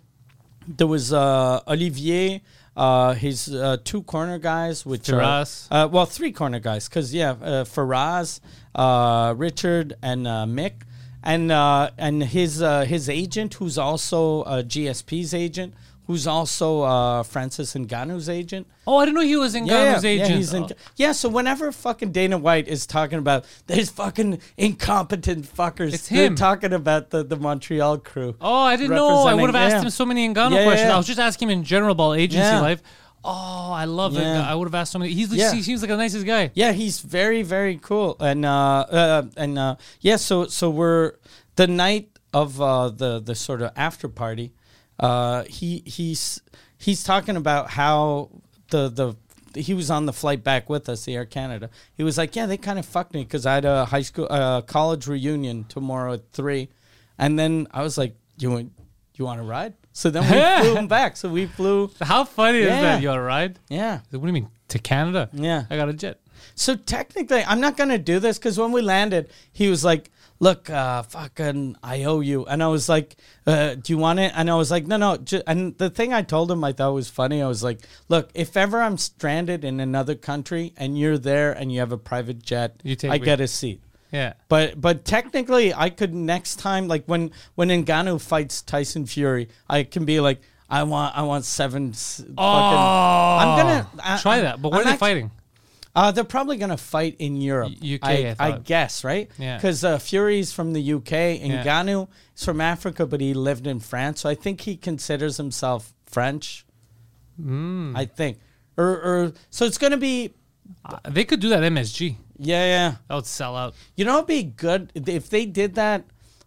there was uh, Olivier, uh, his uh, two corner guys, which
Firas.
are uh, well, three corner guys, because yeah, uh, Faraz, uh, Richard, and uh, Mick, and uh, and his uh, his agent, who's also uh, GSP's agent, who's also uh, Francis Ngannou's agent.
Oh, I didn't know he was in Ghana's agent.
Yeah, he's in,
Oh.
yeah, so whenever fucking Dana White is talking about these fucking incompetent fuckers,
It's
they're
him.
talking about the, the Montreal crew.
Oh, I didn't know. I would have asked
representing-
him
yeah.
so many Engano
Yeah, yeah,
questions. I
yeah.
was just asking him in general about agency
Yeah.
life. Oh, I love it.
Yeah.
I would have asked so many. He's,
Yeah.
He seems like a nicest guy.
Yeah, he's very very cool, and uh, uh and uh, yeah. So so we're the night of uh, the the sort of after party. Uh, he he's he's talking about how the the he was on the flight back with us, the Air Canada. He was like, yeah, they kind of fucked me because I had a high school uh, college reunion tomorrow at three, and then I was like, you want you want to ride? So then we flew him back. So we flew.
How funny is
Yeah.
that? You all right?
Yeah.
What do you mean to Canada?
Yeah.
I got a jet.
So technically, I'm not gonna do this because when we landed, he was like, look, uh, fucking, I owe you. And I was like, uh, do you want it? And I was like, no, no. ju-" And the thing I told him I thought was funny, I was like, look, if ever I'm stranded in another country and you're there and you have a private jet,
You take
I
me.
get a seat.
Yeah.
But but technically, I could next time, like when when Ngannou fights Tyson Fury, I can be like, I want I want seven. s- Fucking, I'm gonna I-
Oh! Try that. But where
I'm
are they
act-
fighting?
Uh, they're probably gonna fight in Europe.
U- UK,
I,
I
I,
thought.
guess, right?
Yeah.
Because uh, Fury's from the UK,
Yeah.
Ngannou is from Africa, but he lived in France, so I think he considers himself French.
Hmm.
Mm. I think, or or so it's gonna be
Uh, They could do that MSG.
yeah yeah.
That would sell out.
You know, it'd be good if they did that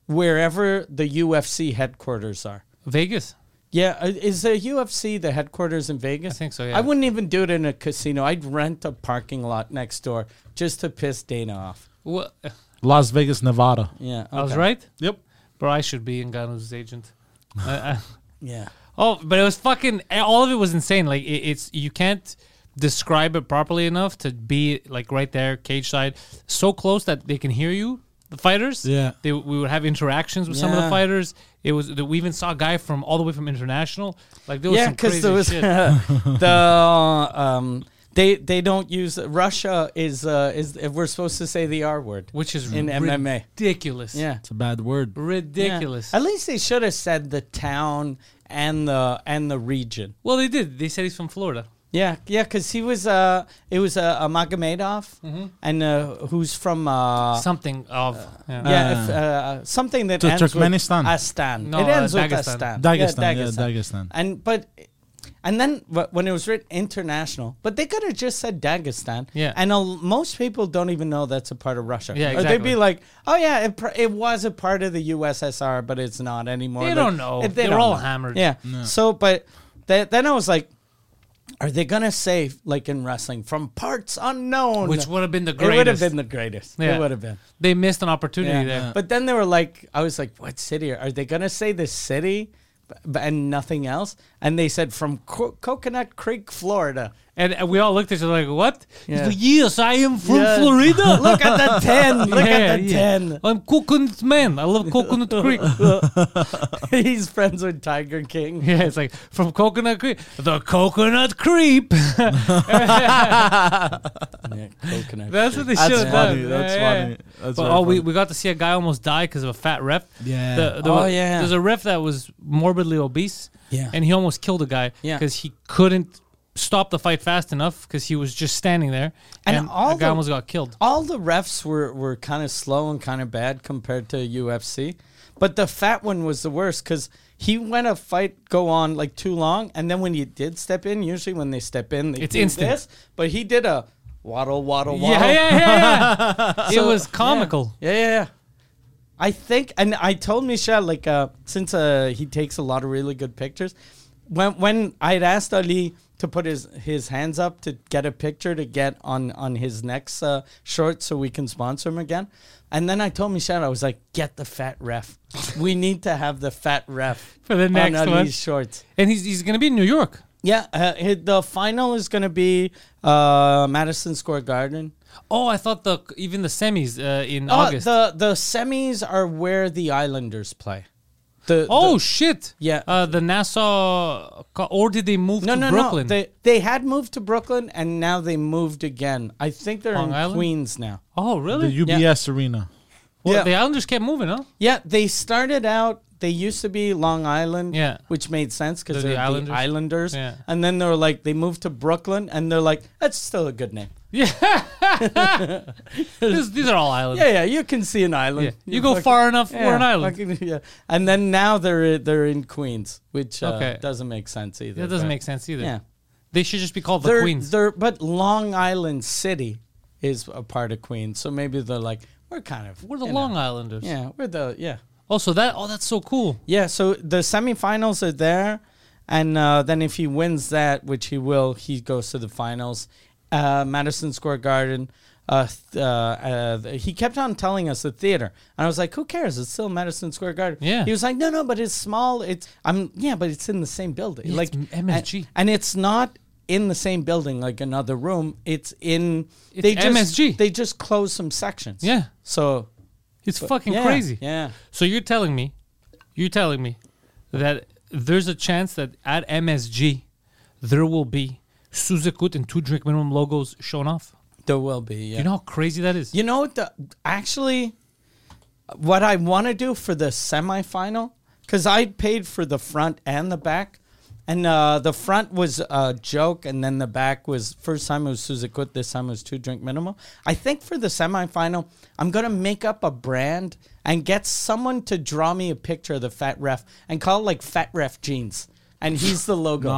wherever the UFC headquarters are.
Vegas.
Yeah, uh, is the UFC the headquarters in Vegas? I
think so, yeah.
I wouldn't even do it in a casino. I'd rent a parking lot next door just to piss Dana off.
What?
Las Vegas, Nevada.
Yeah,
I was
okay.
right,
Yep.
bro. I should be Ngannou's agent. I- I-
Yeah,
Oh, but it was fucking. All of it was insane. Like it, it's you can't describe it properly enough to be like right there, cage side, so close that they can hear you. The fighters.
Yeah.
They, we would have interactions with some of the
Yeah.
fighters. It was that we even saw a guy from all the way from international. Like there was
yeah,
some crazy
because there was
shit.
the um, they they don't use Russia is uh, is we're supposed to say the R word.
which is
in MMA.
ridiculous.
Yeah,
It's a bad word.
Yeah.
ridiculous.
At least they should have said the town and the and the region.
Well, they did. They said he's from Florida.
Yeah, yeah, because he was uh, it was uh, a Magomedov,
Mm-hmm.
and uh, who's from uh,
Something of yeah.
yeah, if, uh, something that
Ah. To
ends with
Turkmenistan.
Astan.
No,
it
uh,
ends with
Dagestan.
Astan.
Dagestan, yeah, Dagestan.
And but, and then wh- when it was written international, but they could have just said Dagestan.
Yeah.
and a, most people don't even know that's a part of Russia.
Yeah,
Or they'd
exactly.
be like, oh yeah, it, pr- it was a part of the USSR, but it's not anymore.
They
Like,
don't know.
if
They're
don't
all
know.
hammered.
Yeah. So, but th- then I was like. Are they gonna say like in wrestling from parts unknown?
Which would have been the
It would have
greatest.
been the greatest.
Yeah.
It would have been.
They missed an opportunity
Yeah.
there.
But then they were like, I was like, what city? Are they going to say the city B- b- and nothing else? And they said from Co- Coconut Creek, Florida.
And uh, we all looked at each other like, "What?" He's
Yeah.
like, yes, I am from
Yeah.
Florida.
Look at the 10. Look
Yeah,
at the
yeah.
10.
I'm coconut man. I love Coconut Creek.
He's friends with Tiger King.
yeah, it's like from Coconut Creek, the Coconut Creep.
Yeah, Coconut.
That's what they
That's
should have done.
funny, that's funny, that's
but,
very
oh, we,
funny.
we got to see a guy almost die because of a fat ref.
Yeah.
The, the,
Oh, yeah.
There's a ref that was morbidly obese.
Yeah.
And he almost killed a guy.
Yeah.
Because he couldn't stop the fight fast enough because he was just standing there. And,
And all
the guy
the-
almost got killed.
All the refs were, were kind of slow and kind of bad compared to UFC. But the fat one was the worst because he let a fight go on like too long. And then when he did step in, usually when they step in, they
It's
do
instant.
this, but he did a waddle, waddle, waddle.
Yeah, yeah, yeah. yeah. it was comical.
Yeah, yeah, yeah. I think, and I told Michel like uh, since uh, he takes a lot of really good pictures, when when I'd asked Ali to put his his hands up to get a picture to get on on his next uh, short so we can sponsor him again, and then I told Michel I was like, get the fat ref. we need to have the fat ref
For the next
on Ali's
one.
shorts.
And he's, he's going to be in New York.
Yeah, uh, it- the final is gonna be uh, Madison Square Garden.
Oh, I thought the even the semis uh, in
Oh,
August.
the the semis are where the Islanders play. The
oh
the-
shit!
Yeah.
uh, the Nassau, co- or did they move
no
to
no
Brooklyn?
no they they had moved to Brooklyn and now they moved again. I think they're
Long
in
Island?
Queens now.
oh
The
really?
UBS Arena.
well,
yeah.
The Islanders kept moving, huh?
Yeah, they started out. They used to be Long Island,
Yeah.
which made sense because
They're
they're
the
the Islanders.
Islanders? Yeah.
And then they were like, they moved to Brooklyn, and they're like, that's still a good name.
These, these are all islands.
Yeah, yeah, you can see an island.
Yeah. You go far enough, we're an island.
fucking- yeah. And then now they're they're in Queens, which uh,
Okay.
doesn't make sense either.
that doesn't
but-
make sense either.
Yeah.
They should just be called the
they're,
Queens.
They're, but Long Island City is a part of Queens, so maybe they're like, we're kind of
We're the
you
Long
know.
Islanders.
Yeah, we're the yeah,
Oh, so that oh, that's so cool.
yeah. So the semifinals are there, and uh, then if he wins that, which he will, he goes to the finals, uh, Madison Square Garden. Uh, th- uh, uh, th- he kept on telling us the theater, and I was like, "Who cares? It's still Madison Square Garden."
Yeah.
He was like, "No, no, but it's small. It's I'm yeah, but it's in the same building,
It's
like
m- MSG.
and- and it's not in the same building like another room it's in
It's
they just
MSG.
they just close some sections
Yeah.
so
It's fucking
Yeah,
crazy.
Yeah.
So you're telling me, you're telling me that there's a chance that at MSG there will be Suzekut and two drink minimum logos shown off.
There will be. Yeah.
You know how crazy that is.
You know what? The, actually, what I want to do for the semifinal, because I paid for the front and the back, and uh, the front was a joke, and then the back was first time it was Suzukut, this time it was two drink minimum. I think for the semifinal, I'm gonna make up a brand and get someone to draw me a picture of the fat ref and call it like Fat Ref Jeans, and he's the logo.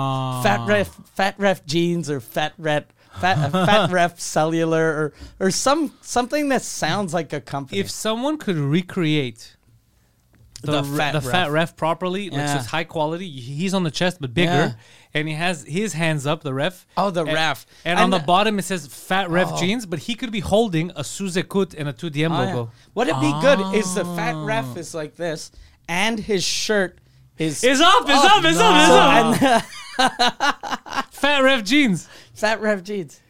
Fat Ref, Fat Ref Jeans, or Fat Ref. Fat, fat ref cellular or, or some something that sounds like a company.
If someone could recreate the,
The
r- the, fat,
fat
ref.
ref.
properly, like so
Yeah.
it's high quality, he's on the chest but bigger,
Yeah.
and he has his hands up, the ref.
Oh, the
and,
ref.
And, on
And-
the bottom it says Fat Ref Jeans, but he could be holding a Suzekut and a 2DM
Oh, yeah.
logo.
Would it be good is the fat ref is like this, and his shirt is
It's up, it's up, it's up, it's
Oh, So-
up.
and the
Fat Ref Jeans.
fat ref jeans.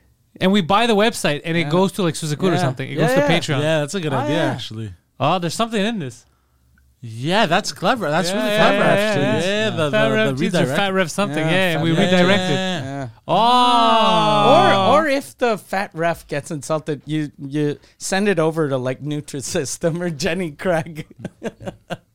And we buy the website and it goes to like Suzuku or
Yeah.
something. It
Yeah,
goes
yeah.
to Patreon.
Yeah, that's a good
Oh,
idea,
yeah.
actually.
Oh, there's something in this.
Yeah, that's clever. That's
Yeah,
really
yeah,
clever,
yeah,
actually.
yeah,
Yeah,
yeah.
the, the,
fat Ref
the
Jeans or
redirect.
Fat Ref something. Yeah,
Yeah,
and
Fat
we
Ref.
Yeah,
redirected.
yeah, yeah.
Oh.
Or or if the fat ref gets insulted, you you send it over to like Nutrisystem or Jenny Craig.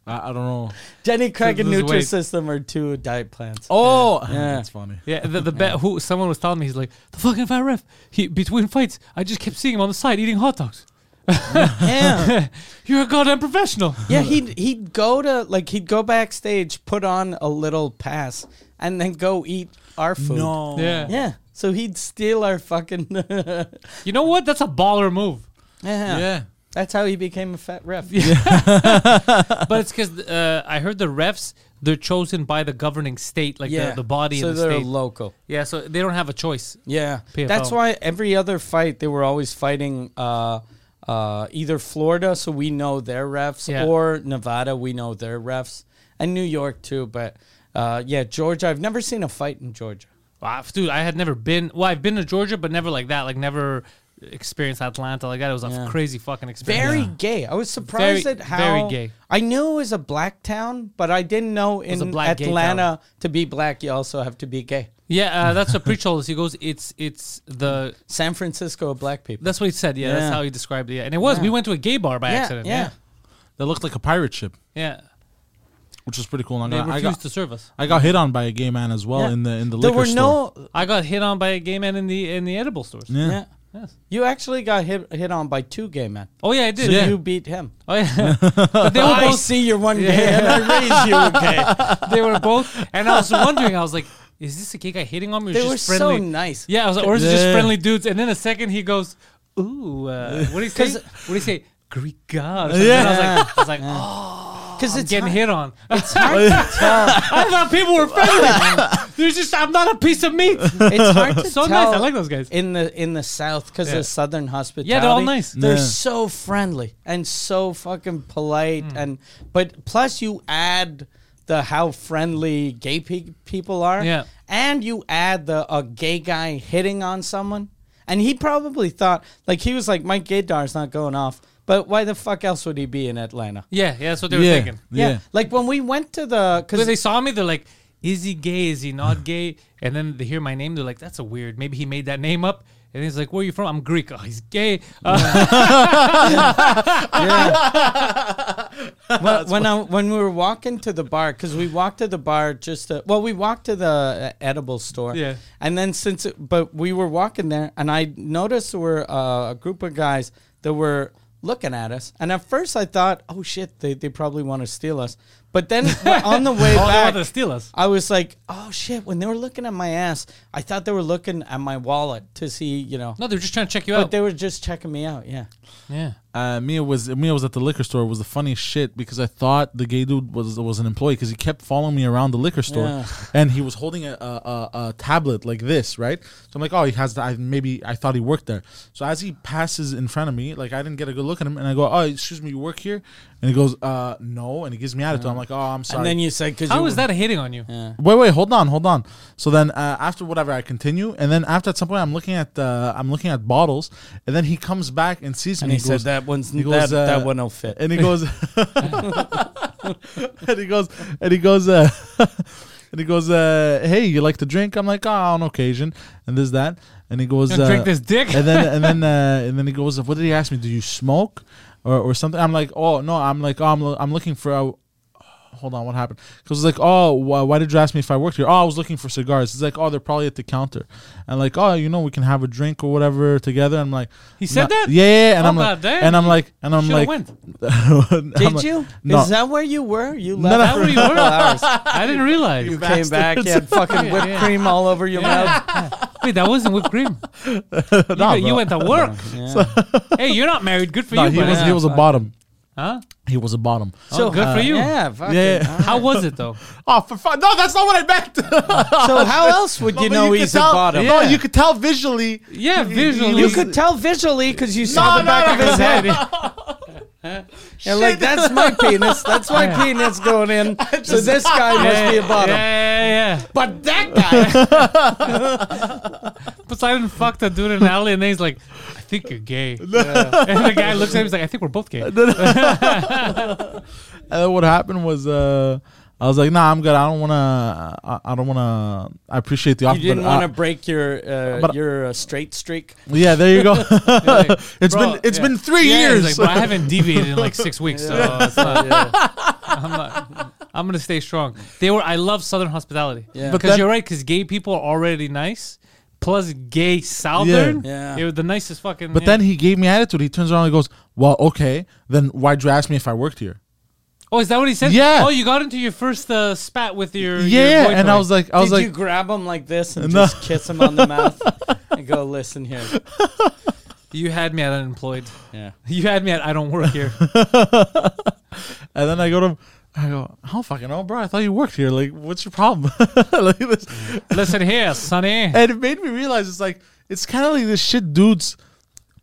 I, I don't know.
Jenny Craig and
lose weight.
Nutrisystem are two diet plans.
Oh,
Yeah.
that's funny.
Yeah, the, the bet who someone was telling me he's like the fucking fat ref. He between fights, I just kept seeing him on the side eating hot dogs.
Yeah.
You're a goddamn professional.
Yeah, he'd he'd go to like he'd go backstage, put on a little pass, and then go eat our food.
No.
Yeah.
Yeah. So he'd steal our fucking. yeah.
You know what? That's a baller move.
Yeah.
That's how he became a fat ref.
But it's because uh, I heard the refs they're chosen by the governing state, like the, the body
So
in the
they're
state.
local.
yeah, so they don't have a choice.
Yeah.
PFL.
That's why every other fight they were always fighting uh, uh, either Florida, so we know their refs,
Yeah.
or Nevada, we know their refs, and New York too. But uh, yeah, Georgia. I've never seen a fight in Georgia.
Wow, dude, I had never been. Well, I've been to Georgia, but never like that. Like never experienced Atlanta like that. It was a
Yeah.
crazy fucking experience.
very gay. I was surprised
Very-
at
very
how
gay.
I knew it was a black town, but I didn't know
was
in
a black gay
Atlanta to be black you also have to be gay.
Yeah, uh, that's what Preach told us. He goes, "It's it's the."
San Francisco black people.
That's what he said. Yeah,
Yeah.
that's how he described it. Yeah, and it was. We went to a gay bar by
yeah,
accident.
yeah.
Yeah,
That looked like a pirate ship,
yeah.
which was pretty cool. And
Uh,
They
I got, I,
refused
got,
to serve us.
I got hit on by a gay man as well
Yeah.
in the in the
There
liquor
were
store.
no
I got hit on by a gay man in the in the edible stores.
Yeah.
yeah. You actually got hit hit on by two gay men.
Oh yeah, I did.
So
yeah.
you beat him.
oh yeah. but they were
I
both.
see you're one gay and I raise you a gay.
They were both. And I was wondering. I was like, "Is this a gay guy hitting on me?" Or
They
just
were so
friendly?
nice.
Yeah, I was like, or is it just
Yeah.
friendly dudes? And then a second he goes, ooh, uh, what do you say? What do you say? Greek god. or something. And I was like, I was like, oh,
Because it's
getting hit
hard-
on.
It's hard to tell.
I thought people were friendly. There's just, I'm not a piece of meat.
It's hard to
So
tell.
nice. I like those guys.
in the in the South because
Yeah.
of Southern hospitality.
Yeah, they're all nice.
They're
Yeah.
so friendly and so fucking polite,
Mm.
and but plus you add the how friendly gay pe- people are.
Yeah.
and you add the a gay guy hitting on someone, and he probably thought like he was like my gaydar's not going off, but why the fuck else would he be in Atlanta?
yeah, yeah, that's what they were
Yeah.
thinking.
Yeah.
like when we went to the
Because
because
they saw me, they're like, is he gay? Is he not gay? And then they hear my name, they're like, that's a weird. Maybe he made that name up. And he's like, where are you from? I'm Greek. Oh, he's gay. Uh,
when, when I when we were walking to the bar because we walked to the bar just to, well we walked to the uh, edible store
Yeah.
and then since it, but we were walking there and I noticed there were uh, a group of guys that were looking at us and at first I thought oh shit they they probably want to steal us but then on the way
oh, they
back
wanted to steal us.
I was like oh shit when they were looking at my ass I thought they were looking at my wallet to see you know
No, they were just trying to check you
but
out.
they were just checking me out yeah
yeah.
Uh, Mia was Mia was at the liquor store. It was the funniest shit because I thought the gay dude was was an employee because he kept following me around the liquor store,
Yeah.
and he was holding a, a, a, a tablet like this, right? So I'm like, oh, he has. The, I, maybe I thought he worked there. So as he passes in front of me, like I didn't get a good look at him, and I go, oh, excuse me, you work here? And he goes, uh, no, and he gives me attitude. I'm like, oh, I'm sorry.
and then you said because
How
you
is that hitting on you?
Wait, wait, hold on, hold on. So then, uh, after whatever, I continue, and then after at some point, I'm looking at uh, I'm looking at bottles, and then he comes back and sees
And
me.
he said,
goes,
"That that one's that,
He goes, uh,
that one'll fit.
And he goes, and he goes, and he goes, uh, and he goes, uh, hey, you like to drink? I'm like, oh, on occasion, and this that, and he goes,
You gonna
uh,
drink this dick?
and then and then uh, and then he goes, what did he ask me? Do you smoke or or something? I'm like, oh no, I'm like, oh, I'm lo- I'm looking for. Uh, Hold on, what happened? Because like, oh, why, why did you ask me if I worked here? Oh, I was looking for cigars. It's like, oh, they're probably at the counter, and like, oh, you know, we can have a drink or whatever together. I'm like,
He said
"No."
that?
Yeah, yeah, yeah. and
Oh,
I'm like,
goddamn.
and I'm like, and I'm
Shoulda
like,
went.
I'm
Did
like,
you?
No.
Is that where you were? You
No,
left
no.
That's where you
for a
were.
couple hours.
I didn't realize.
You came back. You had fucking whipped
Yeah.
cream all over your mouth.
Wait, that wasn't whipped cream. you, got- you
bro.
went to work. hey, you're not married. Good for
no,
you.
he
buddy.
was he was a bottom.
huh?
He was a bottom.
So good for you.
Oh, Yeah, fucking.
Yeah.
How was it though?
Oh, for fun. No, that's not what I meant.
So how else would you know he's a bottom?
No, you could tell visually.
Yeah, visually.
You could tell visually because you saw
No,
the
no,
back
no,
of his head. You're like, that's my penis. That's my penis going in. So this guy must be a bottom.
Yeah, yeah, yeah.
But that guy,
Poseidon fucked a dude in an alley, and then he's like, "I think you're gay." And the guy looks at him. He's like, "I think we're both gay."
And then what happened was, uh, I was like, nah, I'm good. I don't wanna. I, I don't wanna. I appreciate the offer.
you didn't
but I-
want to break your uh,
but-
your uh, straight streak.
yeah, there you go.
Like,
It's
bro,
been it's
yeah.
been three
Yeah, he's
years.
Like, "Bro, I haven't deviated in like six weeks, so it's not, I'm not. I'm gonna stay strong. They were. I love Southern hospitality.
Yeah. But
Because
then-
you're right. Because gay people are already nice. Plus, gay Southern.
Yeah.
It was the nicest fucking.
but
yeah.
then he gave me attitude. He turns around and goes, "Well, okay, then why'd you ask me if I worked here?"
Oh, is that what he said?
Yeah.
Oh, you got into your first uh, spat with your. your
Yeah, and
boyfriend.
I was like, I was
Did
like,
you grab him like this and
No.
just kiss him on the mouth and go, listen here?
you had me at unemployed.
Yeah.
You had me at I don't work here.
And then I go to him, I go, I don't fucking know, bro. I thought you worked here. Like, what's your problem? like this.
Listen here, Sonny.
And it made me realize it's like, it's kind of like this shit dudes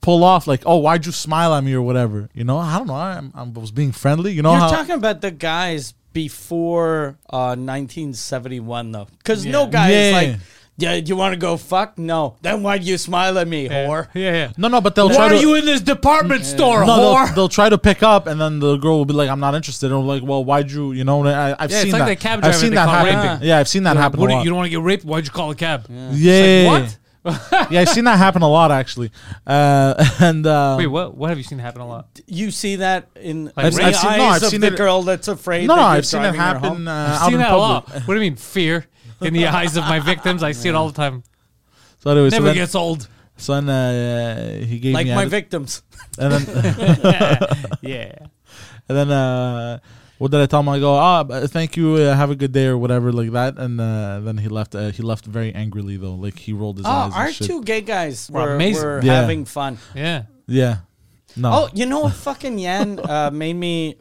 pull off. Like, oh, why'd you smile at me or whatever? You know, I don't know. I, I was being friendly. You know
You're
how?
talking about the guys before uh, 1971, though. Because no
Yeah.
guy is
Yeah.
like, yeah, you want to go fuck? No. Then why do you smile at me, whore?
Yeah, yeah.
no, no, but they'll
Why
try
are
to.
you in this department store,
no,
whore?
they'll, they'll try to pick up, and then the girl will be like, "I'm not interested." And I'm like, "Well, why'd you?" You know, I, I've
Yeah, it's
seen
like
that.
the cab
I've
driver
seen
they
that
call
happen.
raping.
Yeah, I've seen that happen.
What
a
do you,
lot.
you don't want to get raped? Why'd you call a cab?
yeah,
What?
yeah, I've seen that happen a lot actually. Uh, and uh,
Wait, what? What have you seen happen a lot?
You see that in
I've-
the
I've
seen- no,
eyes
I've
of
seen
the
it-
girl that's afraid.
no,
that
no,
you're
I've seen it
driving her
happen
home.
uh,
I've
out
seen
in
that a lot.
public.
What do you mean, fear in the eyes of my victims? I see it all the time.
So anyway, so
Never
then,
gets old.
so then uh, he gave
Like
me
my
atti-
victims.
and then
Yeah.
and then uh, what did I tell him? I go, ah, b- thank you, uh, have a good day or whatever like that. And uh, then he left. Uh, he left very angrily though, like he rolled his
Ah,
Oh,
eyes.
our
and shit.
two gay guys
We're
were,
amazing.
were
Yeah.
having fun.
Yeah.
Yeah, no.
Oh, you know what fucking Yan uh, made me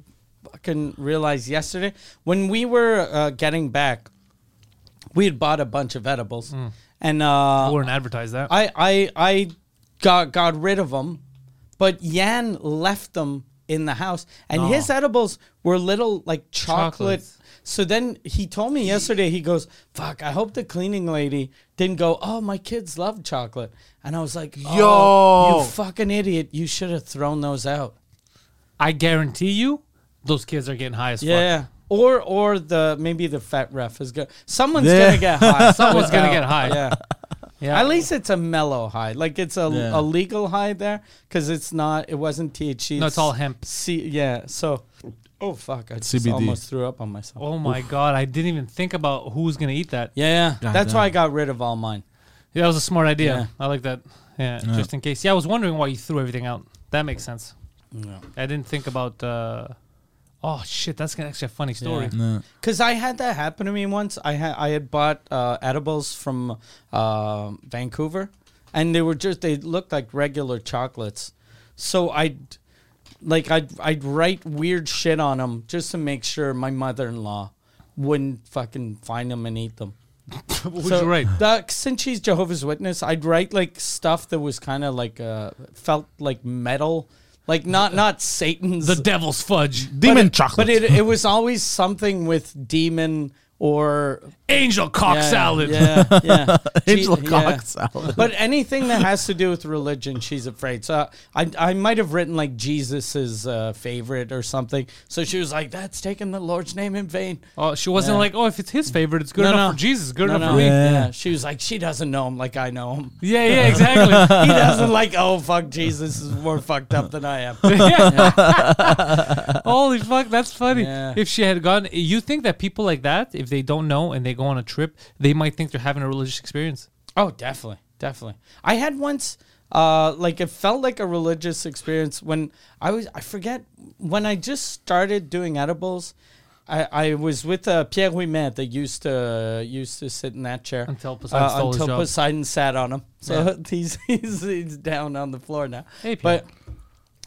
fucking realize yesterday? When we were uh, getting back, we had bought a bunch of edibles. And
I
uh,
wouldn't advertise that.
I, I, I got, got rid of them, but Yan left them in the house. And his edibles were little like chocolate.
Chocolates.
So then he told me yesterday, he goes, Fuck, I hope the cleaning lady didn't go, Oh, my kids love chocolate. And I was like, oh,
Yo.
You fucking idiot. You should have thrown those out.
I guarantee you, those kids are getting high as fuck.
Yeah. Or or the maybe the fat ref is good. Someone's
Yeah.
gonna get high.
Someone's gonna
without-
get high.
Yeah.
Yeah.
At least it's a mellow high. Like it's a,
Yeah.
a legal high there because it's not. It wasn't THC.
No, it's all hemp.
C, yeah. So, oh fuck, I just
CBD.
almost threw up on myself.
Oh my god, I didn't even think about who's gonna eat that.
Yeah, yeah.
God
That's
damn.
why I got rid of all mine.
Yeah, that was a smart idea.
Yeah.
I like that. Yeah, just in case. Yeah, I was wondering why you threw everything out. That makes sense. I didn't think about. Uh, oh shit, that's gonna- actually a funny story.
Yeah. Because I had that happen to me once. I had I had bought uh, edibles from um Vancouver, and they were just they looked like regular chocolates. So I, like I'd I'd write weird shit on them just to make sure my mother in law wouldn't fucking find them and eat them.
What would you write?
the- since she's Jehovah's Witness, I'd write like stuff that was kind of like uh, felt like metal, like not not Satan's
The devil's fudge.
Demon
but
chocolate.
it, it was always something with demon or
Angel cock
yeah,
salad.
Yeah, yeah.
Angel
She- yeah.
cock salad.
But anything that has to do with religion, she's afraid. So I, I might have written like Jesus's uh, favorite or something. So she was like, "That's taking the Lord's name in vain."
Oh, she wasn't like, oh, if it's his favorite, it's good
No,
enough
no.
for Jesus, good
No,
enough
no.
for me.
Yeah.
Yeah.
she was like, "She doesn't know him like I know him."
Yeah, yeah, exactly.
He doesn't like. Oh fuck, Jesus is more fucked up than I am.
Yeah. Holy fuck, that's funny.
Yeah.
If she had gone, you think that people like that, if they don't know and they go on a trip, they might think they're having a religious experience.
Oh, definitely, definitely. I had once, uh, like it felt like a religious experience when I was. I forget when I just started doing edibles. I, I was with uh, Pierre Huimet that used to used to sit in that chair Uh,
Until Poseidon stole his
until
job.
Poseidon sat on him. So he's, he's he's down on the floor now.
Hey, Pierre.
but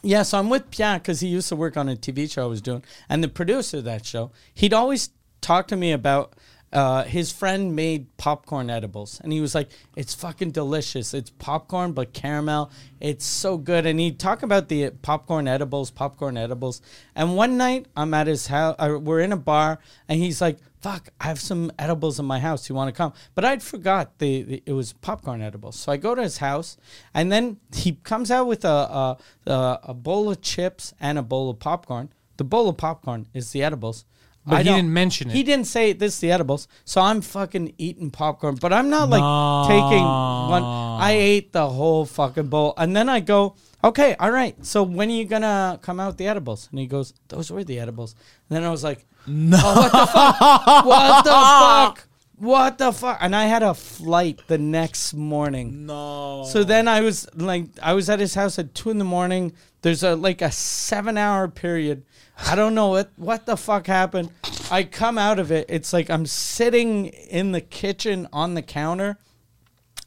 yeah, so I'm with Pierre because he used to work on a TV show I was doing, and the producer of that show, he'd always talk to me about uh, his friend made popcorn edibles, and he was like, "It's fucking delicious. It's popcorn but caramel. It's so good." And he'd talk about the popcorn edibles, popcorn edibles. And one night, I'm at his house. Uh, we're in a bar, and he's like, "Fuck, I have some edibles in my house. You want to come?" But I'd forgot the, the it was popcorn edibles. So I go to his house, and then he comes out with a a, a, a bowl of chips and a bowl of popcorn. The bowl of popcorn is the edibles.
But
I
he
don't-
didn't mention it.
He didn't say this is the edibles. So I'm fucking eating popcorn, but I'm not like taking one. I ate the whole fucking bowl, and then I go, okay, all right. So when are you gonna come out with the edibles? And he goes, those were the edibles. And then I was like, no, what the fuck? What the fuck? What the fuck? And I had a flight the next morning.
No.
So then I was like, I was at his house at two in the morning. There's a like a seven hour period. I don't know what what the fuck happened. I come out of it. It's like I'm sitting in the kitchen on the counter,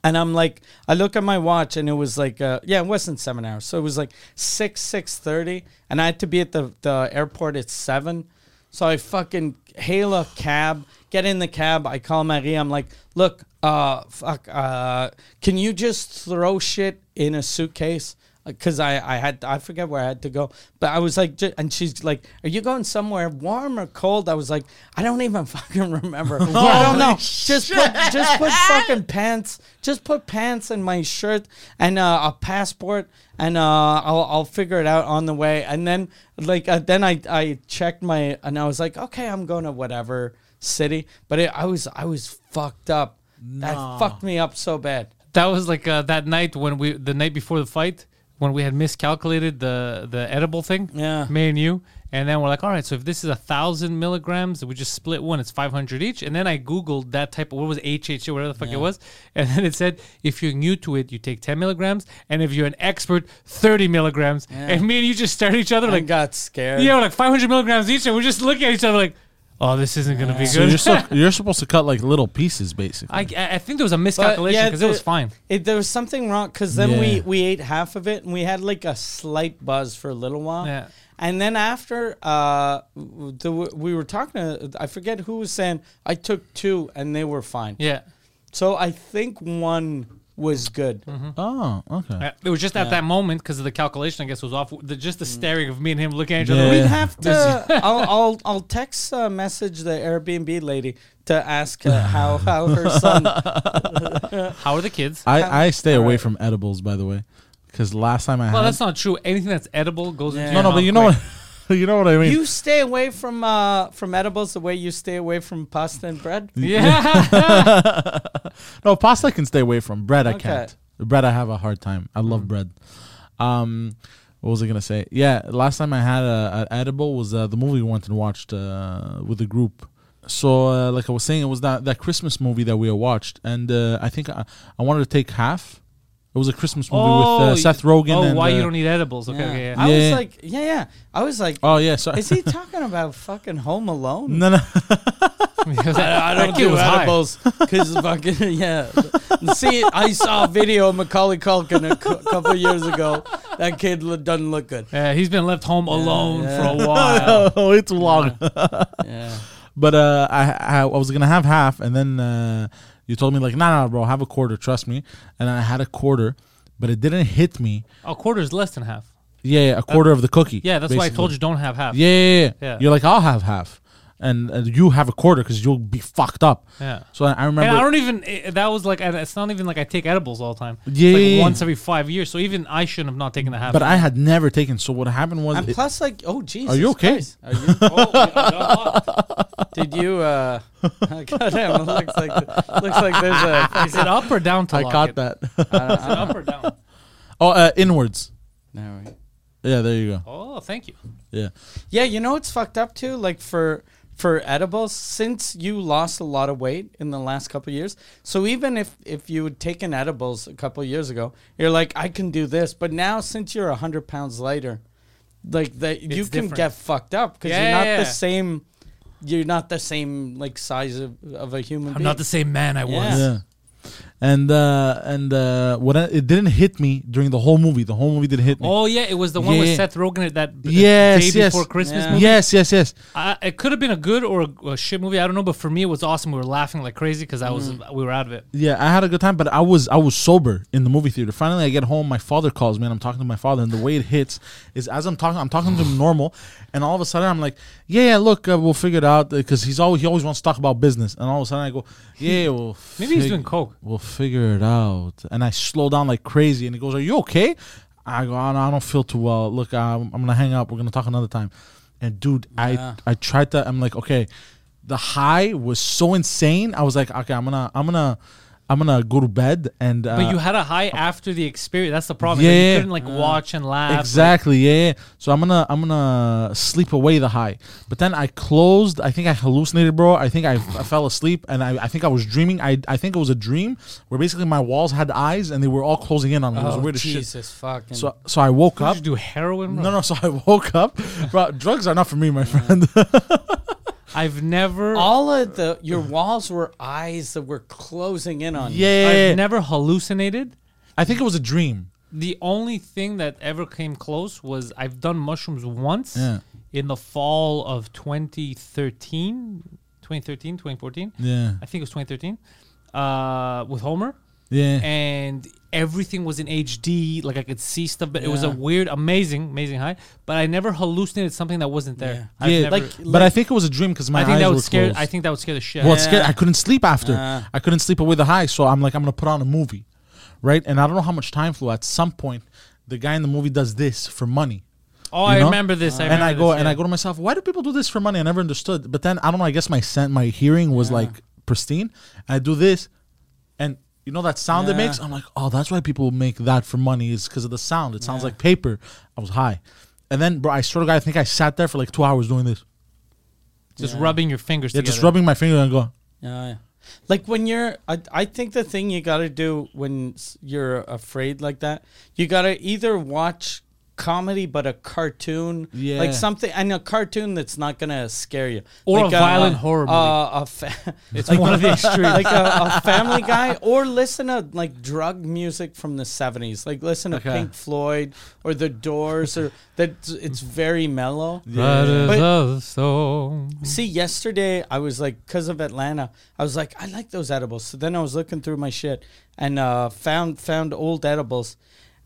and I'm like, I look at my watch, and it was like, uh, yeah, it wasn't seven hours. So it was like six six thirty, and I had to be at the the airport at seven. So I fucking hail a cab, get in the cab. I call Marie. I'm like, look, uh, fuck, uh, can you just throw shit in a suitcase? Because Uh, I, I had, I forget where I had to go, but I was like, ju- and she's like, are you going somewhere warm or cold? I was like, I don't even fucking remember. I don't know. Just put, just put fucking pants, just put pants in my shirt and uh, a passport and uh, I'll, I'll figure it out on the way. And then like uh, then I, I checked my and I was like, okay, I'm going to whatever city. But it, I was I was fucked up. That fucked me up so bad.
That was like uh, that night when we, the night before the fight, when we had miscalculated the the edible thing.
Yeah.
me and you. And then we're like, all right, so if this is a thousand milligrams, we just split one. It's five hundred each. And then I googled that type of what was HHA, whatever the fuck it was. And then it said, if you're new to it, you take ten milligrams, and if you're an expert, thirty milligrams. And me and you just stared at each other
I
like,
got scared.
yeah, we're like five hundred milligrams each, and we're just looking at each other like, oh, this isn't gonna be
So you're
good.
so, you're supposed to cut like little pieces, basically.
I, I I think there was a
But,
miscalculation
yeah,
because it was
the-
fine.
It, there was something wrong because then we
Yeah.
we ate half of it and we had like a slight buzz for a little while.
Yeah.
And then after uh, w- the, we were talking to, I forget who was saying I took two and they were fine.
Yeah.
So I think one was good.
Mm-hmm.
oh, okay.
Uh, It was just at that moment because of the calculation, I guess, was off. The, just the staring of me and him looking at each other.
Mm. Yeah.
We'd
like,
have to. I'll, I'll I'll text uh, message the Airbnb lady to ask uh, how how her son.
How are the kids?
I, I stay away from edibles, by the way, because last time I
well,
had
that's not true. Anything that's edible goes into
no,
your
no, but
mouth
you know
quick.
what, you know what I mean.
You stay away from uh from edibles the way you stay away from pasta and bread.
uh,
Yeah.
no pasta I can stay away from bread. I
Okay.
can't. Bread I have a hard time. I
Mm.
love bread. Um, what was I gonna say? Yeah, last time I had a, a edible was uh, the movie we went and watched uh, with the group. So uh, like I was saying, it was that that Christmas movie that we had watched, and uh, I think I, I wanted to take half. It was a Christmas movie with uh, Seth Rogen.
Oh,
and,
why you
uh,
don't eat edibles? Okay, okay, yeah.
I was
Yeah.
like, yeah, yeah. I was like,
Oh yeah, sorry.
is he talking about fucking Home Alone?
no, no.
Because I,
I don't do edibles because fucking yeah. See, I saw a video of Macaulay Culkin a cou- couple years ago. That kid lo- doesn't look good.
Yeah, he's been left home alone
yeah.
for a while.
oh, it's long.
Yeah.
But uh, I, I I was gonna have half, and then uh, you told me like, nah, nah, bro, have a quarter. Trust me. And I had a quarter, but it didn't hit me.
a quarter is less than half.
Yeah, yeah, a quarter of the cookie.
Uh, Yeah, that's why I told you
basically.
don't have half.
Yeah, yeah, yeah.
Yeah.
You're like, I'll have half. and, and you have a quarter because you'll be fucked up.
Yeah.
So I, I remember.
And I don't even. eh, That was like. It's not even like I take edibles all the time. It's
Yeah,
like
yeah, yeah.
once every five years. So even I shouldn't have not taken the habit.
but I had never taken. So what happened was,
And
it-
plus, like, oh Jesus,
you okay?
Christ. Are you? Oh, yeah, I got locked. Did you? uh Goddamn! It looks like looks like there's a.
is it up or down? To
I
lock
caught
it?
that.
Is it up or down?
oh, uh, inwards.
No, wait.
Yeah, there you go.
Oh, thank you.
Yeah.
Yeah, you know what's fucked up too? Like for for edibles, since you lost a lot of weight in the last couple of years, so even if if you had taken edibles a couple of years ago, you're like, I can do this. But now, since you're hundred pounds lighter, like that, you
It's
can
different.
get fucked up because
Yeah,
you're not
yeah,
the
yeah.
same. You're not the same like size of, of a human.
I'm
being.
not the same man I was.
Yeah.
Yeah. And uh, and uh, what I, it didn't hit me during the whole movie. The whole movie didn't hit me.
Oh yeah, it was the one
Yeah.
with Seth Rogen at that b-
yes,
day
yes.
before Christmas
Yeah.
movie.
Yes, yes, yes.
I, it could have been a good or a, a shit movie. I don't know, but for me, it was awesome. We were laughing like crazy because I was we were out of it.
Yeah, I had a good time, but I was I was sober in the movie theater. Finally, I get home. My father calls me, and I'm talking to my father. And the way it hits is as I'm talking, I'm talking to him normal, and all of a sudden I'm like, "Yeah, yeah, look, uh, we'll figure it out," because he's always he always wants to talk about business. And all of a sudden I go, "Yeah, yeah, we'll
Maybe he's
fig-
doing coke.
We'll figure it out." And I slow down like crazy, and he goes, "Are you okay?" I go, "I don't, I don't feel too well. Look, I'm, I'm gonna hang up. We're gonna talk another time." And dude, I I tried to. I'm like, okay, the high was so insane. I was like, okay, I'm gonna I'm gonna I'm gonna go to bed and. Uh,
But you had a high after the experience. That's the problem.
Yeah,
Yeah,
yeah.
you couldn't like watch and laugh. like-
Exactly. Yeah, yeah. So I'm gonna I'm gonna sleep away the high. But then I closed. I think I hallucinated, bro. I think I, I fell asleep and I, I think I was dreaming. I I think it was a dream where basically my walls had eyes and they were all closing in on me. it was
Oh,
weird as shit.
Jesus fucking.
So so I woke
Did
up.
you do heroin? bro?
No, no. So I woke up. bro, drugs are not for me, my friend.
I've never.
all of the your walls were eyes that were closing in on you.
yeah.
I've never hallucinated.
I think it was a dream.
The only thing that ever came close was I've done mushrooms once
Yeah.
in the fall of 2013, 2013, 2014.
Yeah.
I think it was 2013 uh, with Homer.
Yeah.
And everything was in HD. Like I could see stuff, but it was a weird, amazing, amazing high. But I never hallucinated something that wasn't there. I've
yeah,
never-
like, but I think it was a dream because my
I think
eyes
that
were
would scare.
closed.
I think that would scare the shit.
Well,
out
it's scary. I couldn't sleep after. I couldn't sleep away the high, so I'm like, I'm gonna put on a movie, right? And I don't know how much time flew. At some point, the guy in the movie does this for money.
Oh,
you
I
know?
remember this. I
and I
remember
go
this,
and
yeah.
I go to myself, why do people do this for money? I never understood. But then I don't know. I guess my sen- my hearing was like pristine. I do this, and you know that sound it makes. I'm like, oh, that's why people make that for money is because of the sound. It sounds like paper. I was high, and then bro, I sort of guy. I think I sat there for like two hours doing this.
just rubbing your fingers
Yeah,
together.
just rubbing my finger and going.
Yeah. yeah. Like when you're, I, I think the thing you got to do when s- you're afraid like that, you got to either watch comedy, but a cartoon,
Yeah.
like something, and a cartoon that's not going to scare you.
Or
Like
a violent horror movie.
Uh, a fa-
It's one of the extremes.
like a, a family guy, or listen to like drug music from the 70s. Like listen to
Okay.
Pink Floyd or The Doors, or that it's very mellow.
That is
But-
a song.
Mm-hmm. See, yesterday I was like, because of Atlanta, I was like, I like those edibles. So then I was looking through my shit and uh, found found old edibles,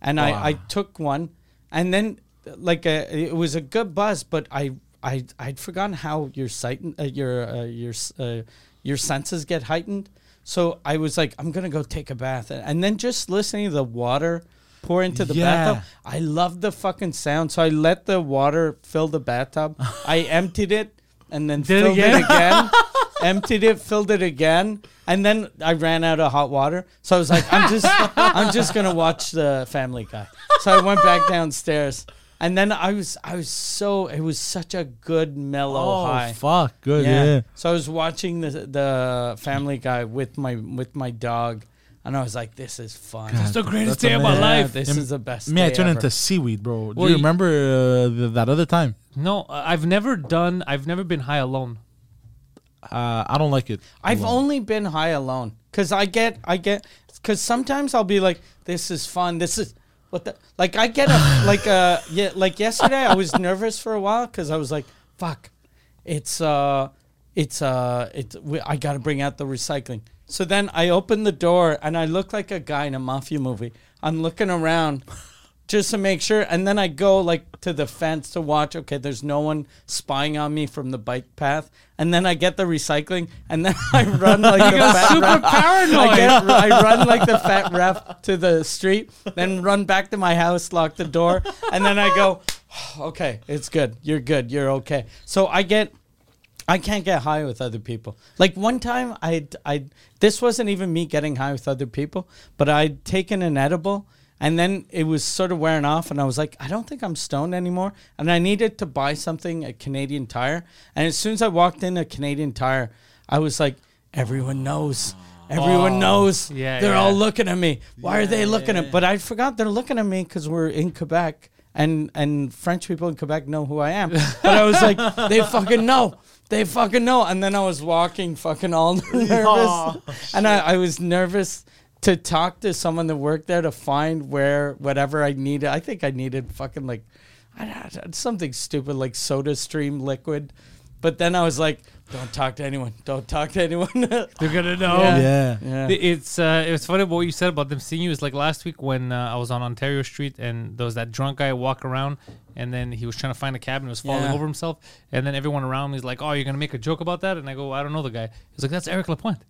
and I, I took one, and then like uh it was a good buzz, but I I I'd forgotten how your sight uh, your uh, your s- uh, your senses get heightened. So I was like, I'm gonna go take a bath, and then just listening to the water pour into the
Yeah.
bathtub, I love the fucking sound, so I let the water fill the bathtub. I emptied it and then
Did it
filled
again?
it again. emptied it, filled it again, and then I ran out of hot water. So I was like, I'm just, I'm just gonna watch the Family Guy. So I went back downstairs, and then I was, I was so, it was such a good
Oh,
mellow high.
Oh, fuck, good,
Oh, Yeah.
yeah.
So I was watching the the Family Guy with my with my dog, and I was like, this is fun.
It's the greatest
That's
day of my
amazing.
Yeah,
life.
This is the best.
Me, I
day
turned
ever.
into seaweed, bro. Do
Well,
you
you-
remember uh, th- that other time?
No, I- I've never done. I've never been high alone.
Uh, I don't like it.
I've
Alone.
only been high alone because I get I get because sometimes I'll be like, this is fun. This is what the like I get a like uh yeah like yesterday I was nervous for a while because I was like, fuck, it's uh it's uh it's we, I got to bring out the recycling. So then I open the door and I look like a guy in a mafia movie. I'm looking around just to make sure. And then I go like to the fence to watch. Okay, there's no one spying on me from the bike path. And then I get the recycling, and then I run like the fat
super
ref. I,
paranoid.
get, I run like the fat ref to the street, then run back to my house, lock the door, and then I go, okay, it's good. You're good. You're okay. So I get I can't get high with other people. Like one time, I I this wasn't even me getting high with other people, but I'd taken an edible, and then it was sort of wearing off, and I was like, I don't think I'm stoned anymore, and I needed to buy something at Canadian Tire, and as soon as I walked in a Canadian Tire, I was like, everyone knows. Everyone knows.
Oh, yeah,
they're all
yeah.
looking at me. Why are they looking at? But I forgot they're looking at me because we're in Quebec, and and French people in Quebec know who I am. But I was like, they fucking know. They fucking know. And then I was walking, fucking all nervous, and I, I was nervous to talk to someone that worked there to find where whatever I needed. I think I needed fucking like I don't- something stupid like Soda Stream liquid. But then I was like, don't talk to anyone. Don't talk to anyone.
They're gonna know.
Yeah.
Yeah.
yeah.
Th- It's uh, it's funny what you said about them seeing you. Is like last week when uh, I was on Ontario Street and there was that drunk guy walk around, and then he was trying to find a cab and was falling
Yeah.
over himself, and then everyone around me is like, "Oh, you're gonna make a joke about that?" And I go, "I don't know the guy." He's like, "That's Eric Lapointe,"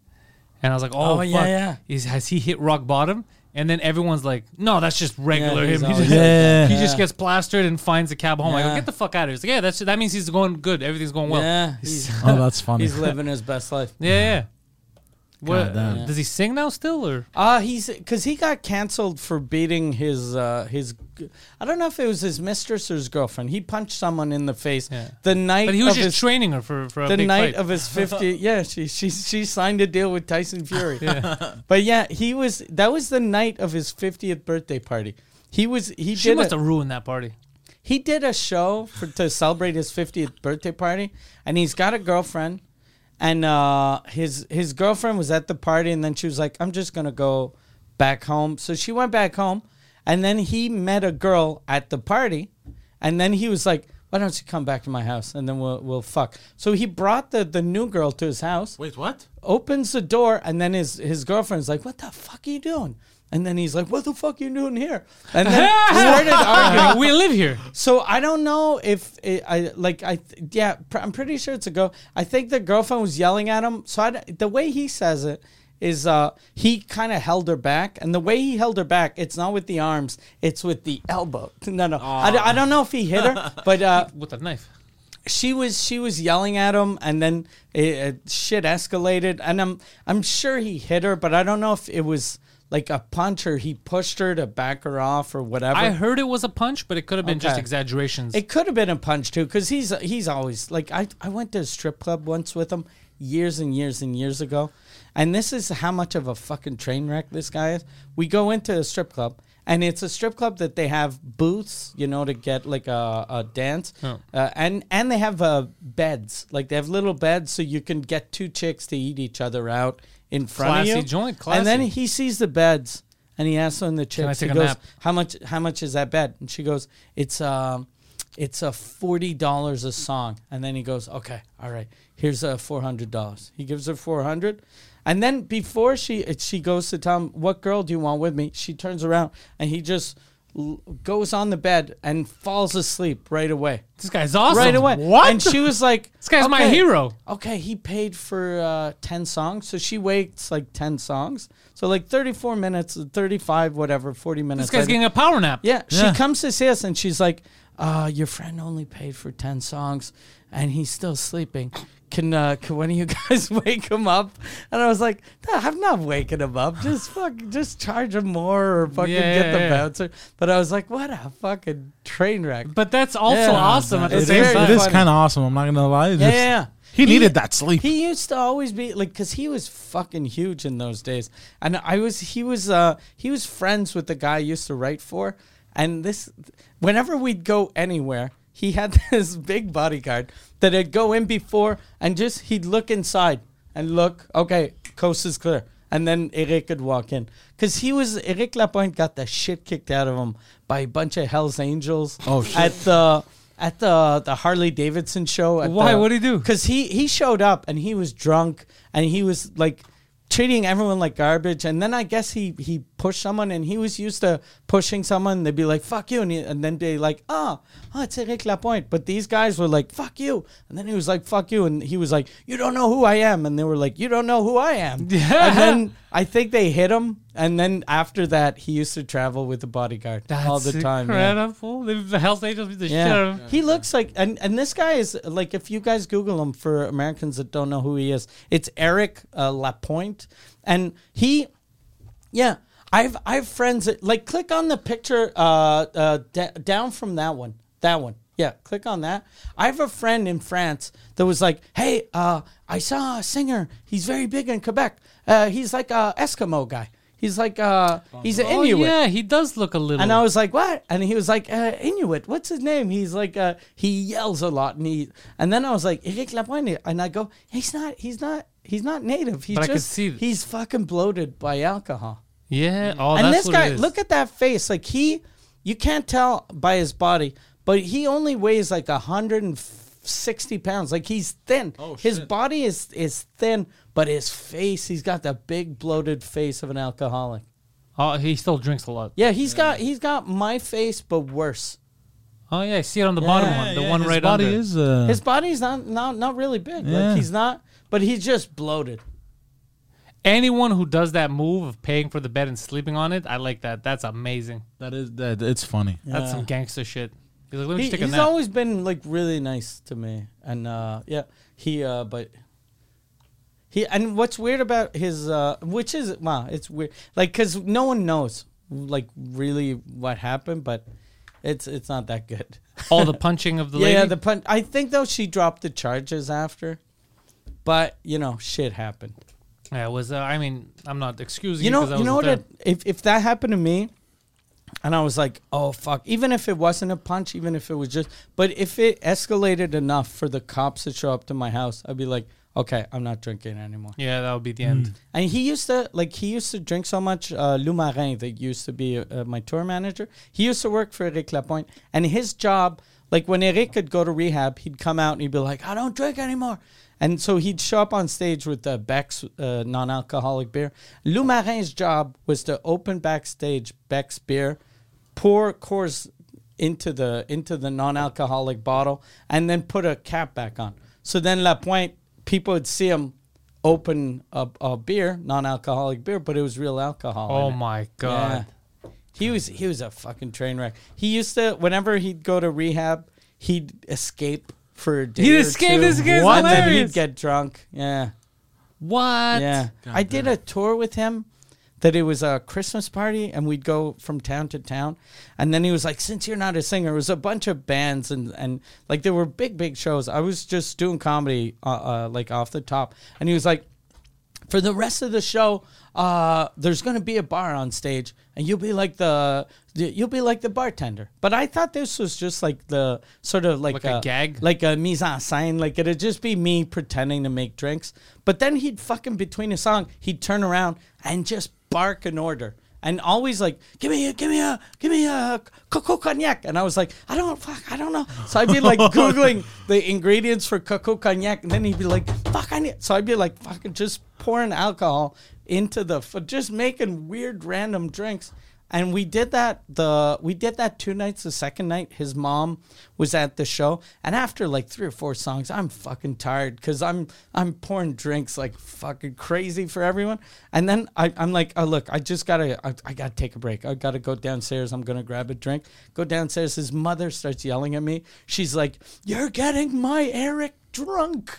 and I was like, "Oh,
Oh,
fuck.
yeah, yeah.
Is, has he hit rock bottom?" And then everyone's like, "No, that's just regular
he's
him. He
always
just,
like
that.
he
Yeah.
just gets plastered and finds a cab home." I go,
Yeah.
"Get the fuck out of here!" He's like, "Yeah, that's that means he's going good. Everything's going well."
yeah, he's,
Oh, that's funny.
he's living his best life.
yeah, yeah. What,
Goddamn.
does he sing now still or?
Uh he's because he got canceled for beating his uh his. g- I don't know if it was his mistress or his girlfriend. He punched someone in the face
Yeah.
the night.
But he was
of
just
his,
training her for, for a
the
big fight.
night of his 50 yeah she she she signed a deal with Tyson Fury but yeah he was that was the night of his 50th birthday party he was he
she
did
must
a-
have ruined that party.
he did a show for, to celebrate his 50th birthday party and he's got a girlfriend and uh, his his girlfriend was at the party and then she was like i'm just gonna go back home so she went back home and then he met a girl at the party and then he was like why don't you come back to my house and then we'll, we'll fuck so he brought the, the new girl to his house
Wait, what?
opens the door and then his his girlfriend's like, "What the fuck are you doing?" And then he's like, "What the fuck are you doing here?" And then started arguing.
we live here.
So I don't know if it, I like I th- yeah pr- I'm pretty sure it's a go. I think the girlfriend was yelling at him. So I d the way he says it is uh he kind of held her back and the way he held her back it's not with the arms it's with the elbow no no I, d- I don't know if he hit her but uh
With a knife.
she was she was yelling at him, and then it, it, shit escalated. And I'm I'm sure he hit her, but I don't know if it was like a punch or he pushed her to back her off or whatever.
I heard it was a punch, but it could have been just
Okay.
exaggerations.
It could have been a punch too, because he's he's always like I I went to a strip club once with him years and years and years ago, and this is how much of a fucking train wreck this guy is. We go into a strip club. And it's a strip club that they have booths, you know, to get like a, a dance,
Oh.
uh, and and they have uh, beds, like they have little beds, so you can get two chicks to eat each other out in front of
Classy
you.
joint,
And then
classy.
he sees the beds, and he asks one of the chicks,
I take
he
a
goes,
nap?
how much how much is that bet and she goes it's um it's a forty dollars a song and then he goes okay all right here's a four hundred dollars he gives her four hundred and then before she it- she goes to tell him what girl do you want with me she turns around and he just l- goes on the bed and falls asleep right away
this guy's awesome.
right away
What?
and she was like
This guy's my hero.
okay he paid for uh, 10 songs so she waits like 10 songs so like 34 minutes 35 whatever 40 minutes
this guy's
later-
getting a power nap.
yeah,
Yeah.
she comes to see us and she's like, uh, "Your friend only paid for ten songs, and he's still sleeping. Can uh, can one of you guys wake him up?" And I was like, no, "I'm not waking him up. Just fuck, just charge him more, or fucking
Yeah,
get
yeah,
the
yeah.
bouncer." But I was like, "What a fucking train wreck!"
But that's also
Yeah.
awesome at the
It's
same
very
time.
It is
funny.
kind of awesome. I'm not gonna lie. It's
yeah,
just-
yeah, yeah.
He needed that sleep.
He used to always be like, cause he was fucking huge in those days, and I was, he was, uh, he was friends with the guy I used to write for, and this, whenever we'd go anywhere, he had this big bodyguard that'd go in before and just he'd look inside and look, okay, coast is clear. And then Eric could walk in. Because he was, Eric Lapointe got the shit kicked out of him by a bunch of Hell's Angels
Oh, shit.
at the at the, the Harley Davidson show. At
Why? What'd he do?
Because he, he showed up and he was drunk and he was like treating everyone like garbage. And then I guess he, he push someone, and he was used to pushing someone. They'd be like, "Fuck you," and, he, and then be like, "Oh, oh, it's Eric Lapointe." But these guys were like, "Fuck you," and then he was like, "Fuck you," and he was like, "You don't know who I am," and they were like, "You don't know who I am."
Yeah.
And then I think they hit him, and then after that, he used to travel with the bodyguard all the time. yeah.
Incredible. The Hell's Angels beat the shit out
Yeah.
of him.
He looks like and, and this guy is like if you guys Google him for Americans that don't know who he is, it's Eric uh, Lapointe. And he yeah. I've I've friends that like click on the picture uh uh d- down from that one. That one. Yeah, click on that. I have a friend in France that was like, "Hey, uh I saw a singer. He's very big in Quebec. Uh he's like a Eskimo guy. He's like uh he's an
Oh,
Inuit."
yeah, he does look a little.
And I was like, "What?" And he was like, uh, "Inuit. What's his name?" He's like, uh, he yells a lot, and he. And then I was like, "Eric Lapointe," and I go, "He's not. He's not. He's not native. He's
But I
just.
could see th-
he's fucking bloated by alcohol."
yeah. Oh,
and
that's
this
what
guy,
it is.
look at that face. Like he, you can't tell by his body, but he only weighs like hundred and sixty pounds. Like he's thin.
Oh,
his
shit.
body is is thin, but his face, he's got the big bloated face of an alcoholic.
Oh, he still drinks a lot.
Yeah, he's got he's got my face, but worse.
Oh yeah, I see it on the bottom
Yeah,
one, the one
his
right
body
under.
is. Uh,
His body's not not not really big.
Yeah.
Like he's not, but he's just bloated.
Anyone who does that move of paying for the bed and sleeping on it, I like that. That's amazing.
that is that. It's funny.
That's some gangster shit. He's like, let me
He,
just take a
he's
nap.
always been like really nice to me, and uh, yeah, he uh, but he and what's weird about his uh, which is wow, it's weird like because no one knows like really what happened, but it's it's not that good.
All the punching of the
yeah,
lady.
yeah, the pun. I think though she dropped the charges after, but you know shit happened.
Yeah, it was. Uh, I mean, I'm not excusing
you
you.
know
'cause I
you
was
know what
there.
it, if, if that happened to me and i was like oh fuck even if it wasn't a punch even if it was just but if it escalated enough for the cops to show up to my house i'd be like okay i'm not drinking anymore
Yeah, that would be the end.
and he used to like he used to drink so much uh Lou Marin that used to be uh, my tour manager he used to work for eric lapointe and his job like when eric could go to rehab he'd come out and he'd be like i don't drink anymore and so he'd show up on stage with the Beck's uh, non-alcoholic beer. Lou Marin's job was to open backstage Beck's beer, pour Coors into the into the non-alcoholic bottle, and then put a cap back on. So then Lapointe, people would see him open a, a beer, non-alcoholic beer, but it was real alcohol. in
Oh
it.
my god.
Yeah. He was he was a fucking train wreck. He used to whenever he'd go to rehab, he'd escape for a day.
He'd
or
escape,
two,
this guy's
and then
hilarious.
he'd get drunk. Yeah.
What?
Yeah. I did a tour with him that it was a Christmas party and we'd go from town to town. And then he was like, Since you're not a singer, it was a bunch of bands and, and like there were big, big shows. I was just doing comedy uh, uh, like off the top. And he was like, for the rest of the show, uh, there's going to be a bar on stage, and you'll be like the you'll be like the bartender. But I thought this was just like the sort of like,
Like a gag?
like a mise en scène. Like it'd just be me pretending to make drinks. But then he'd fucking between a song, he'd turn around and just bark an order. And always like, give me a, give me a, give me a coco cognac. And I was like, I don't, fuck, I don't know. So I'd be like Googling the ingredients for coco cognac. And then he'd be like, fuck, I need. So I'd be like, fucking just pouring alcohol into the, f- just making weird random drinks. And we did that the we did that two nights. The second night, his mom was at the show, and after like three or four songs, I'm fucking tired because I'm I'm pouring drinks like fucking crazy for everyone. And then I, I'm like, oh look, I just gotta I, I gotta take a break. I gotta go downstairs. I'm gonna grab a drink. Go downstairs. His mother starts yelling at me. She's like, "You're getting my Eric." drunk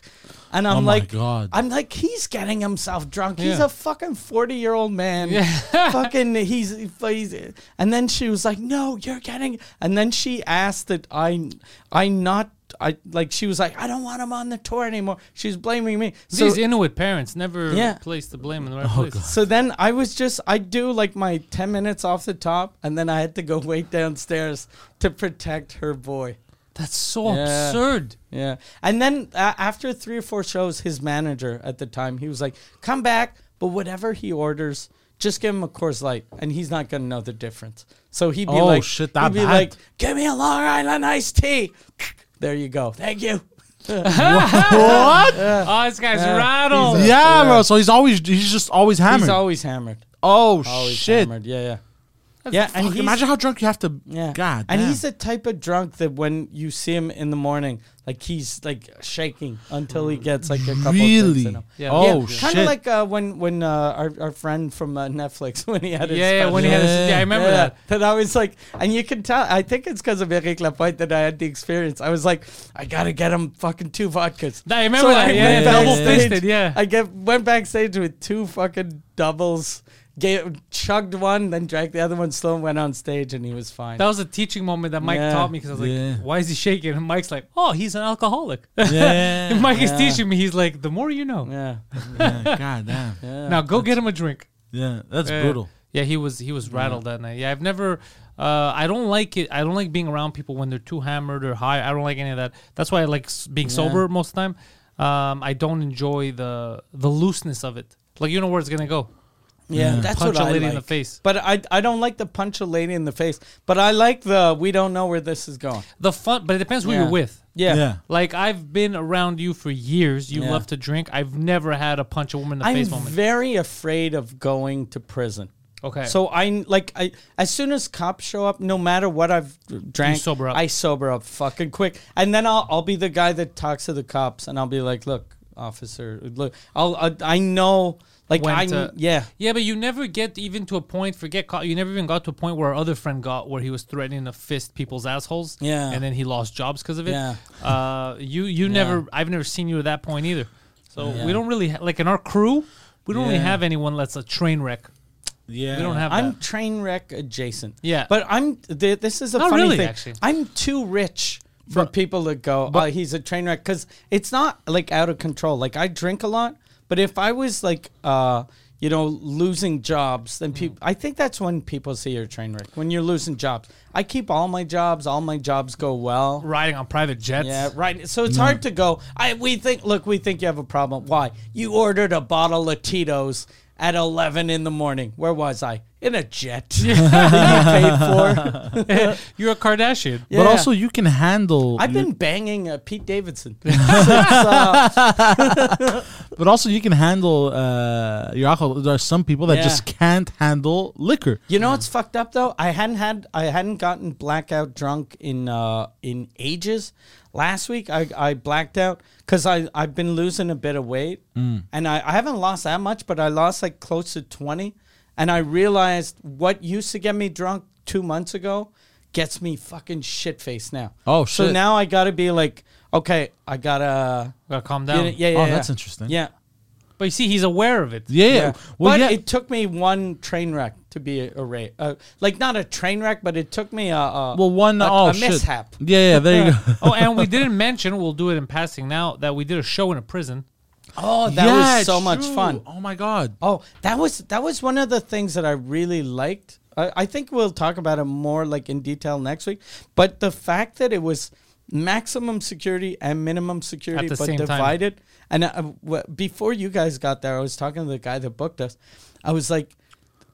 and i'm
Oh my
like
God.
i'm like he's getting himself drunk he's
Yeah.
a fucking 40 year old man fucking he's, he's and then she was like no you're getting and then she asked that i i not i like she was like i don't want him on the tour anymore she's blaming me so
These Inuit parents never
Yeah.
place the blame in the right place.
so then i was just i do like my 10 minutes off the top and then i had to go wait downstairs to protect her boy
That's so
Yeah.
absurd.
Yeah. And then uh, after three or four shows, his manager at the time, he was like, come back, but whatever he orders, just give him a Coors Light, and he's not going to know the difference. So he'd be
Oh,
like,
shit,
he'd
that
be
bad?
like, give me a Long Island iced tea. there you go. Thank you.
what? Oh, this guy's rattled.
Yeah, bro. So he's always he's just always hammered.
He's always hammered.
Oh,
Oh, he's
shit!
hammered. Yeah, yeah. yeah, and
Fuck,
he's-
imagine how drunk you have to.
Yeah.
God.
And
damn.
he's the type of drunk that when you see him in the morning, like he's like shaking until he gets like a couple
Really?
drinks in him.
Yeah.
Oh
Yeah,
shit!
Kind of like uh, when when uh, our our friend from uh, Netflix when he had his
Yeah, yeah, when he
special.
had his- yeah, I remember that.
That I was like, and you can tell. I think it's because of Eric Lapointe that I had the experience. I was like, I gotta get him fucking two vodkas.
I remember that, yeah,
went
yeah, double
backstage-
fisted, yeah.
I get went backstage with two fucking doubles. Gave, chugged one, then drank the other one slow, and went on stage, and he was fine.
That was a teaching moment that Mike
Yeah.
taught me because I was
Yeah.
like, "Why is he shaking?" And Mike's like, "Oh, he's an alcoholic."
yeah.
and Mike is
Yeah.
teaching me. He's like, "The more you know."
yeah.
yeah. God damn. Yeah.
yeah.
Now go get him a drink.
That's
Yeah.
brutal.
Yeah, he was he was rattled that night. Yeah, I've never. Uh, I don't like it. I don't like being around people when they're too hammered or high. I don't like any of that. That's why I like s- being sober most of the time. Um, I don't enjoy the the looseness of it. Like you know where it's gonna go.
Yeah, that's
Punch
what
a
I
lady in the
like.
face.
But I I don't like the punch a lady in the face. But I like the we don't know where this is going.
The fun, but it depends who
Yeah.
you're with.
Yeah.
Yeah.
Like I've been around you for years. You
Yeah.
love to drink. I've never had a punch a woman in the
I'm
face moment.
very afraid of going to prison.
Okay.
So I like I as soon as cops show up, no matter what I've drank,
You sober up.
I sober up fucking quick, and then I'll I'll be the guy that talks to the cops, and I'll be like, look, officer, look, I'll I, I know like
When
I
to-
yeah
Yeah, but you never get even to a point. Forget caught. You never even got to a point where our other friend got where he was threatening to fist people's assholes.
Yeah.
and then he lost jobs because of it.
Yeah.
Uh, you you never. I've never seen you at that point either. So we
Yeah.
don't really ha- like in our crew. We don't really
Yeah.
have anyone that's a train wreck.
Yeah.
We don't have.
I'm
that.
train wreck adjacent.
Yeah.
but I'm. Th- this is a
Not
funny
really,
thing.
actually.
I'm too rich for people to go. oh, he's a train wreck because it's not like out of control. Like I drink a lot, but if I was like, uh, you know, losing jobs, then
Mm.
people. I think that's when people see your train wreck when you're losing jobs. I keep all my jobs. All my jobs go well.
riding on private jets.
Yeah, right. So it's hard to go. I we think look, we think you have a problem. Why? You ordered a bottle of Tito's at eleven in the morning. Where was I? In a jet that you paid for.
You're a Kardashian.
But
Yeah.
also, you can handle.
I've been banging uh, Pete Davidson. Since, uh,
But also, you can handle uh, your alcohol. There are some people that
Yeah.
just can't handle liquor.
you know what's fucked up though? I hadn't had I hadn't gotten blackout drunk in uh, in ages. Last week I, I blacked out because I I've been losing a bit of weight
Mm.
and I, I haven't lost that much, but I lost like close to twenty, and I realized what used to get me drunk two months ago gets me fucking shit faced now.
Oh,
So
shit.
now I gotta be like, okay, I gotta.
Gotta calm
Yeah,
down.
yeah, yeah.
Oh,
yeah.
that's interesting.
Yeah.
But you see, he's aware of it.
Yeah, yeah.
Yeah.
Well,
but
yeah.
it took me one train wreck to be a, a ra- uh, like not a train wreck, but it took me a, a
well, one.
a,
oh,
a
shit.
mishap.
Yeah, yeah. There you go.
Oh, and we didn't mention. We'll do it in passing now that we did a show in a prison.
Oh, that
Yeah,
was so much
true.
fun.
Oh my god.
Oh, that was that was one of the things that I really liked. I, I think we'll talk about it more like in detail next week. But the fact that it was maximum security and minimum security,
the
but
same time.
divided. And uh, w- before you guys got there, I was talking to the guy that booked us. I was like,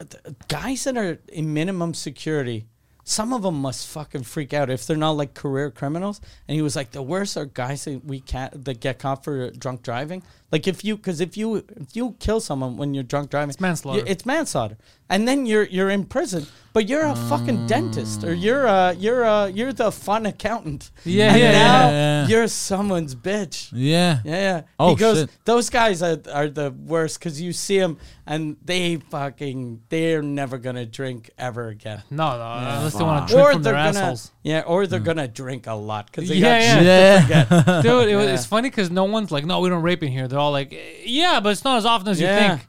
th- guys that are in minimum security. Some of them must fucking freak out if they're not like career criminals. And he was like, the worst are guys that we can't that get caught for drunk driving. Like if you, because if you if you kill someone when you're drunk driving, it's
manslaughter.
it's manslaughter, and then you're you're in prison. But you're a fucking dentist, or you're a you're a you're the fun accountant.
Yeah,
and
yeah,
now
yeah, yeah.
you're someone's bitch.
Yeah.
Yeah, yeah.
Oh,
he goes,
shit.
those guys are, are the worst because you see them and they fucking, they're never going to drink ever again.
No, no, unless they want to drink from their
gonna,
assholes. Mm.
yeah, or they're gonna drink a lot because they
Yeah,
got
yeah.
shit
Yeah.
to forget.
Dude, it was,
Yeah.
it's funny because no one's like, no, we don't rape in here. They're all like, "Eh, yeah, but it's not as often as you
Yeah.
think.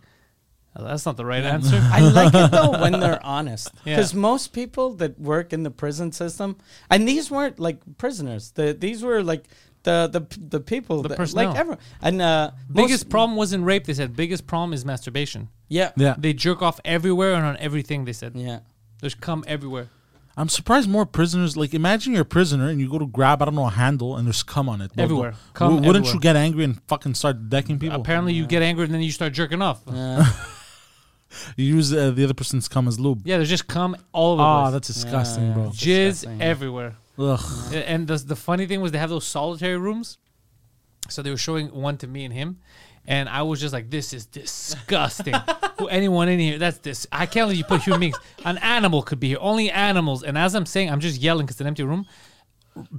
Uh, That's not the right answer.
I like it though when they're honest
Yeah.
because most people that work in the prison system, and these weren't like prisoners. The, these were like the the p- the people that,
personnel.
like everyone. And uh,
biggest
most-
problem wasn't rape. They said biggest problem is masturbation.
yeah,
Yeah.
They jerk off everywhere and on everything. They said
yeah.
there's cum everywhere.
I'm surprised more prisoners. Like, imagine you're a prisoner and you go to grab, I don't know, a handle and there's cum on it. Well,
Everywhere.
w-
Cum
wouldn't
everywhere.
you get angry and fucking start decking people?
Apparently, you get angry and then you start jerking off. Yeah,
You use uh, the other person's cum as lube.
there's just cum all over.
Ah,
the place.
that's disgusting, bro.
jizz everywhere.
Ugh.
Yeah, And the, the funny thing was they have those solitary rooms. So they were showing one to me and him, And I was just like, "This is disgusting." Who- Anyone in here? That's this. I can't believe you put human beings. An animal could be here. Only animals. And as I'm saying, I'm just yelling because it's an empty room.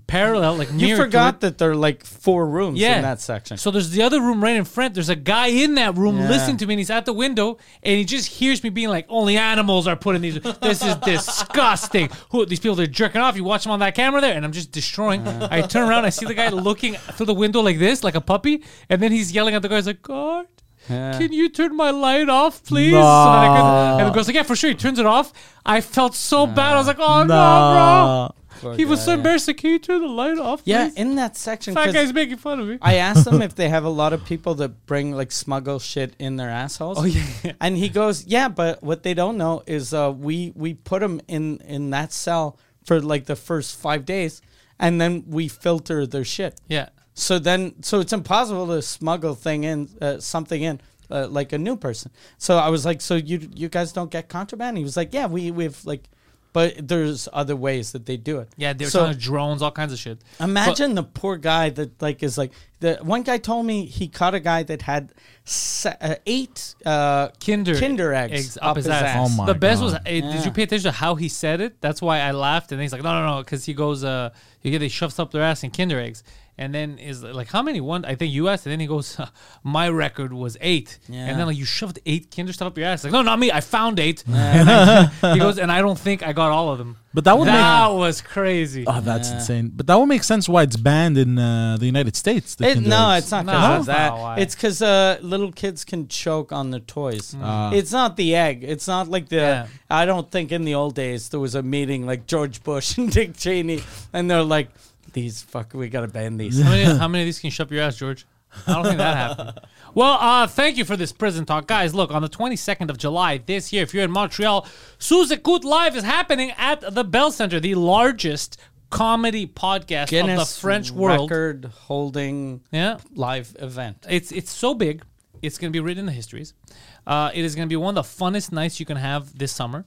Parallel, like
You
mirror to it.
forgot that there are like four rooms in that section.
So there's the other room right in front. There's a guy in that room
Yeah.
listening to me, and he's at the window, and he just hears me being like, "Only animals are put in these. This is disgusting. Who these people? They're jerking off. You watch them on that camera there, and I'm just destroying. I turn around, I see the guy looking through the window like this, like a puppy, and then he's yelling at the guy. He's like, "God."
Yeah.
Can you turn my light off, please?
No.
So that I could- and the girl's like, yeah, for sure. He turns it off. I felt so bad. I was like, oh, no,
No.
bro.
Poor
He was
guy,
so
yeah.
embarrassing. Can you turn the light off,
yeah,
please?
in that section.
Fat
'cause
guy's making fun of me.
I asked him if they have a lot of people that bring like smuggle shit in their assholes. Oh
yeah.
and he goes, "Yeah, but what they don't know is uh, we we put them in in that cell for like the first five days, and then we filter their shit.
yeah.
So then, so it's impossible to smuggle thing in uh, something in uh, like a new person. So I was like, so you you guys don't get contraband? He was like, yeah, we we've like, but there's other ways that they do it.
Yeah, they were
so
selling drones, all kinds of shit.
imagine the poor guy that like is like the one guy told me he caught a guy that had se- uh, eight uh,
Kinder,
Kinder eggs,
up, his, ass.
Oh my
the best was,
God.
eh, did you pay attention to how he said it? That's why I laughed. And he's like, no, no, no, because he goes, uh, you get they shoves up their ass in Kinder eggs, and then is like, how many? One, I think you asked, and then he goes, my record was eight, and
Yeah.
then like you shoved eight Kinder stuff up your ass. Like, no, not me. I found eight. And I- he goes, and I don't think I got all of them.
But that would
that was crazy.
Oh, that's insane. But that would make sense why it's banned in uh, the United States. the
It,
Kinder
no,
Eggs.
it's not
No,
because
that's
of that.
not why.
It's because uh, little kids can choke on the toys.
Ah.
it's not the egg. It's not like the.
Mm. Yeah.
I don't think in the old days there was a meeting like George Bush and Dick Cheney, and they're like, "These fuck, we gotta ban these."
How many, how many of these can you shove your ass, George? I don't think that happened. Well, uh, thank you for this prison talk. Guys, look, on the 22nd of July this year, if you're in Montreal, Suzekut Live is happening at the Bell Center, the largest comedy podcast
Guinness
of the French world.
record holding
Yeah.
live event.
It's it's so big. It's going to be written in the histories. Uh, it is going to be one of the funnest nights you can have this summer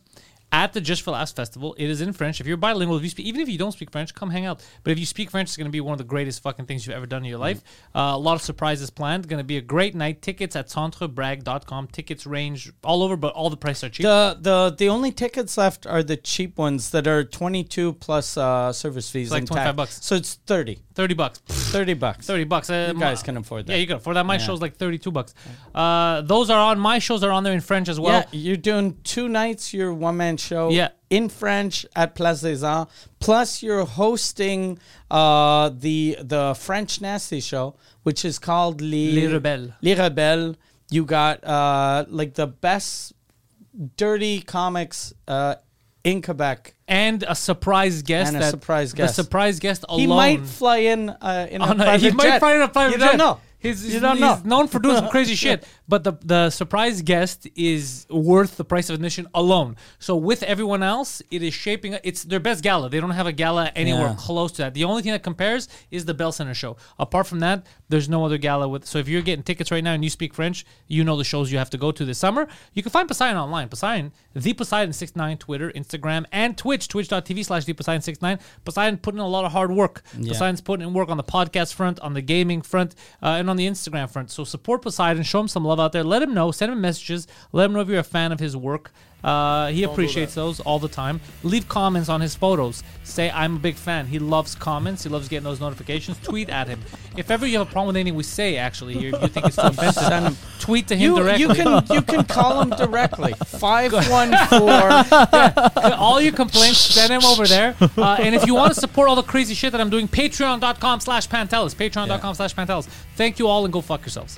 at the Just for Laughs Festival. It is in French. If you're bilingual, if you speak, even if you don't speak French, come hang out. But if you speak French, it's going to be one of the greatest fucking things you've ever done in your
Mm-hmm.
life. Uh, a lot of surprises planned. Going to be a great night. Tickets at centrebrag.com. Tickets range all over, but all the prices are cheap.
The the the only tickets left are the cheap ones that are twenty two plus uh, service fees
like
and
25
tax.
bucks.
So it's 30.
30 bucks.
30 bucks.
30 bucks. Uh,
You guys can afford that.
Yeah, you can afford that. My show's like 32 bucks. Uh, those are on. My shows are on there in French as well.
yeah, you're doing two nights your one man show
Yeah.
in French at Place des Arts. Plus, you're hosting uh, the the French nasty show, which is called Les,
Les Rebelles.
Les Rebelles. You got uh, like the best dirty comics uh, in Quebec.
and a surprise guest.
And a
that-
surprise guest.
The surprise guest alone.
He might fly in uh, in a
on a,
private
he might
jet.
fly in a private
You
jet.
don't know.
He's, he's,
you don't know.
he's known for doing some crazy shit, but the the surprise guest is worth the price of admission alone. So with everyone else, it is shaping. It's their best gala. They don't have a gala anywhere
Yeah.
close to that. The only thing that compares is the Bell Center show. Apart from that, there's no other gala with. So if you're getting tickets right now and you speak French, you know the shows you have to go to this summer. You can find Poseidon online. Poseidon, the Poseidon69, Twitter, Instagram, and Twitch, twitch.tv slash the Poseidon69. Poseidon putting in a lot of hard work. Poseidon's putting in work on the podcast front, on the gaming front, uh, and on the Instagram front. So support Poseidon, show him some love out there. Let him know, send him messages, let him know if you're a fan of his work. Uh, he appreciates those all the time. Leave comments on his photos. Say, I'm a big fan. He loves comments. He loves getting those notifications. Tweet at him. If ever you have a problem with anything we say, actually, here, if you think it's too
Send him.
offensive, tweet to him
You,
directly.
you can you can call him directly. Five one four.
all your complaints, send them over there. Uh, and if you want to support all the crazy shit that I'm doing, patreon.com slash pantelis. Patreon.com slash pantelis. Thank you all and go fuck yourselves.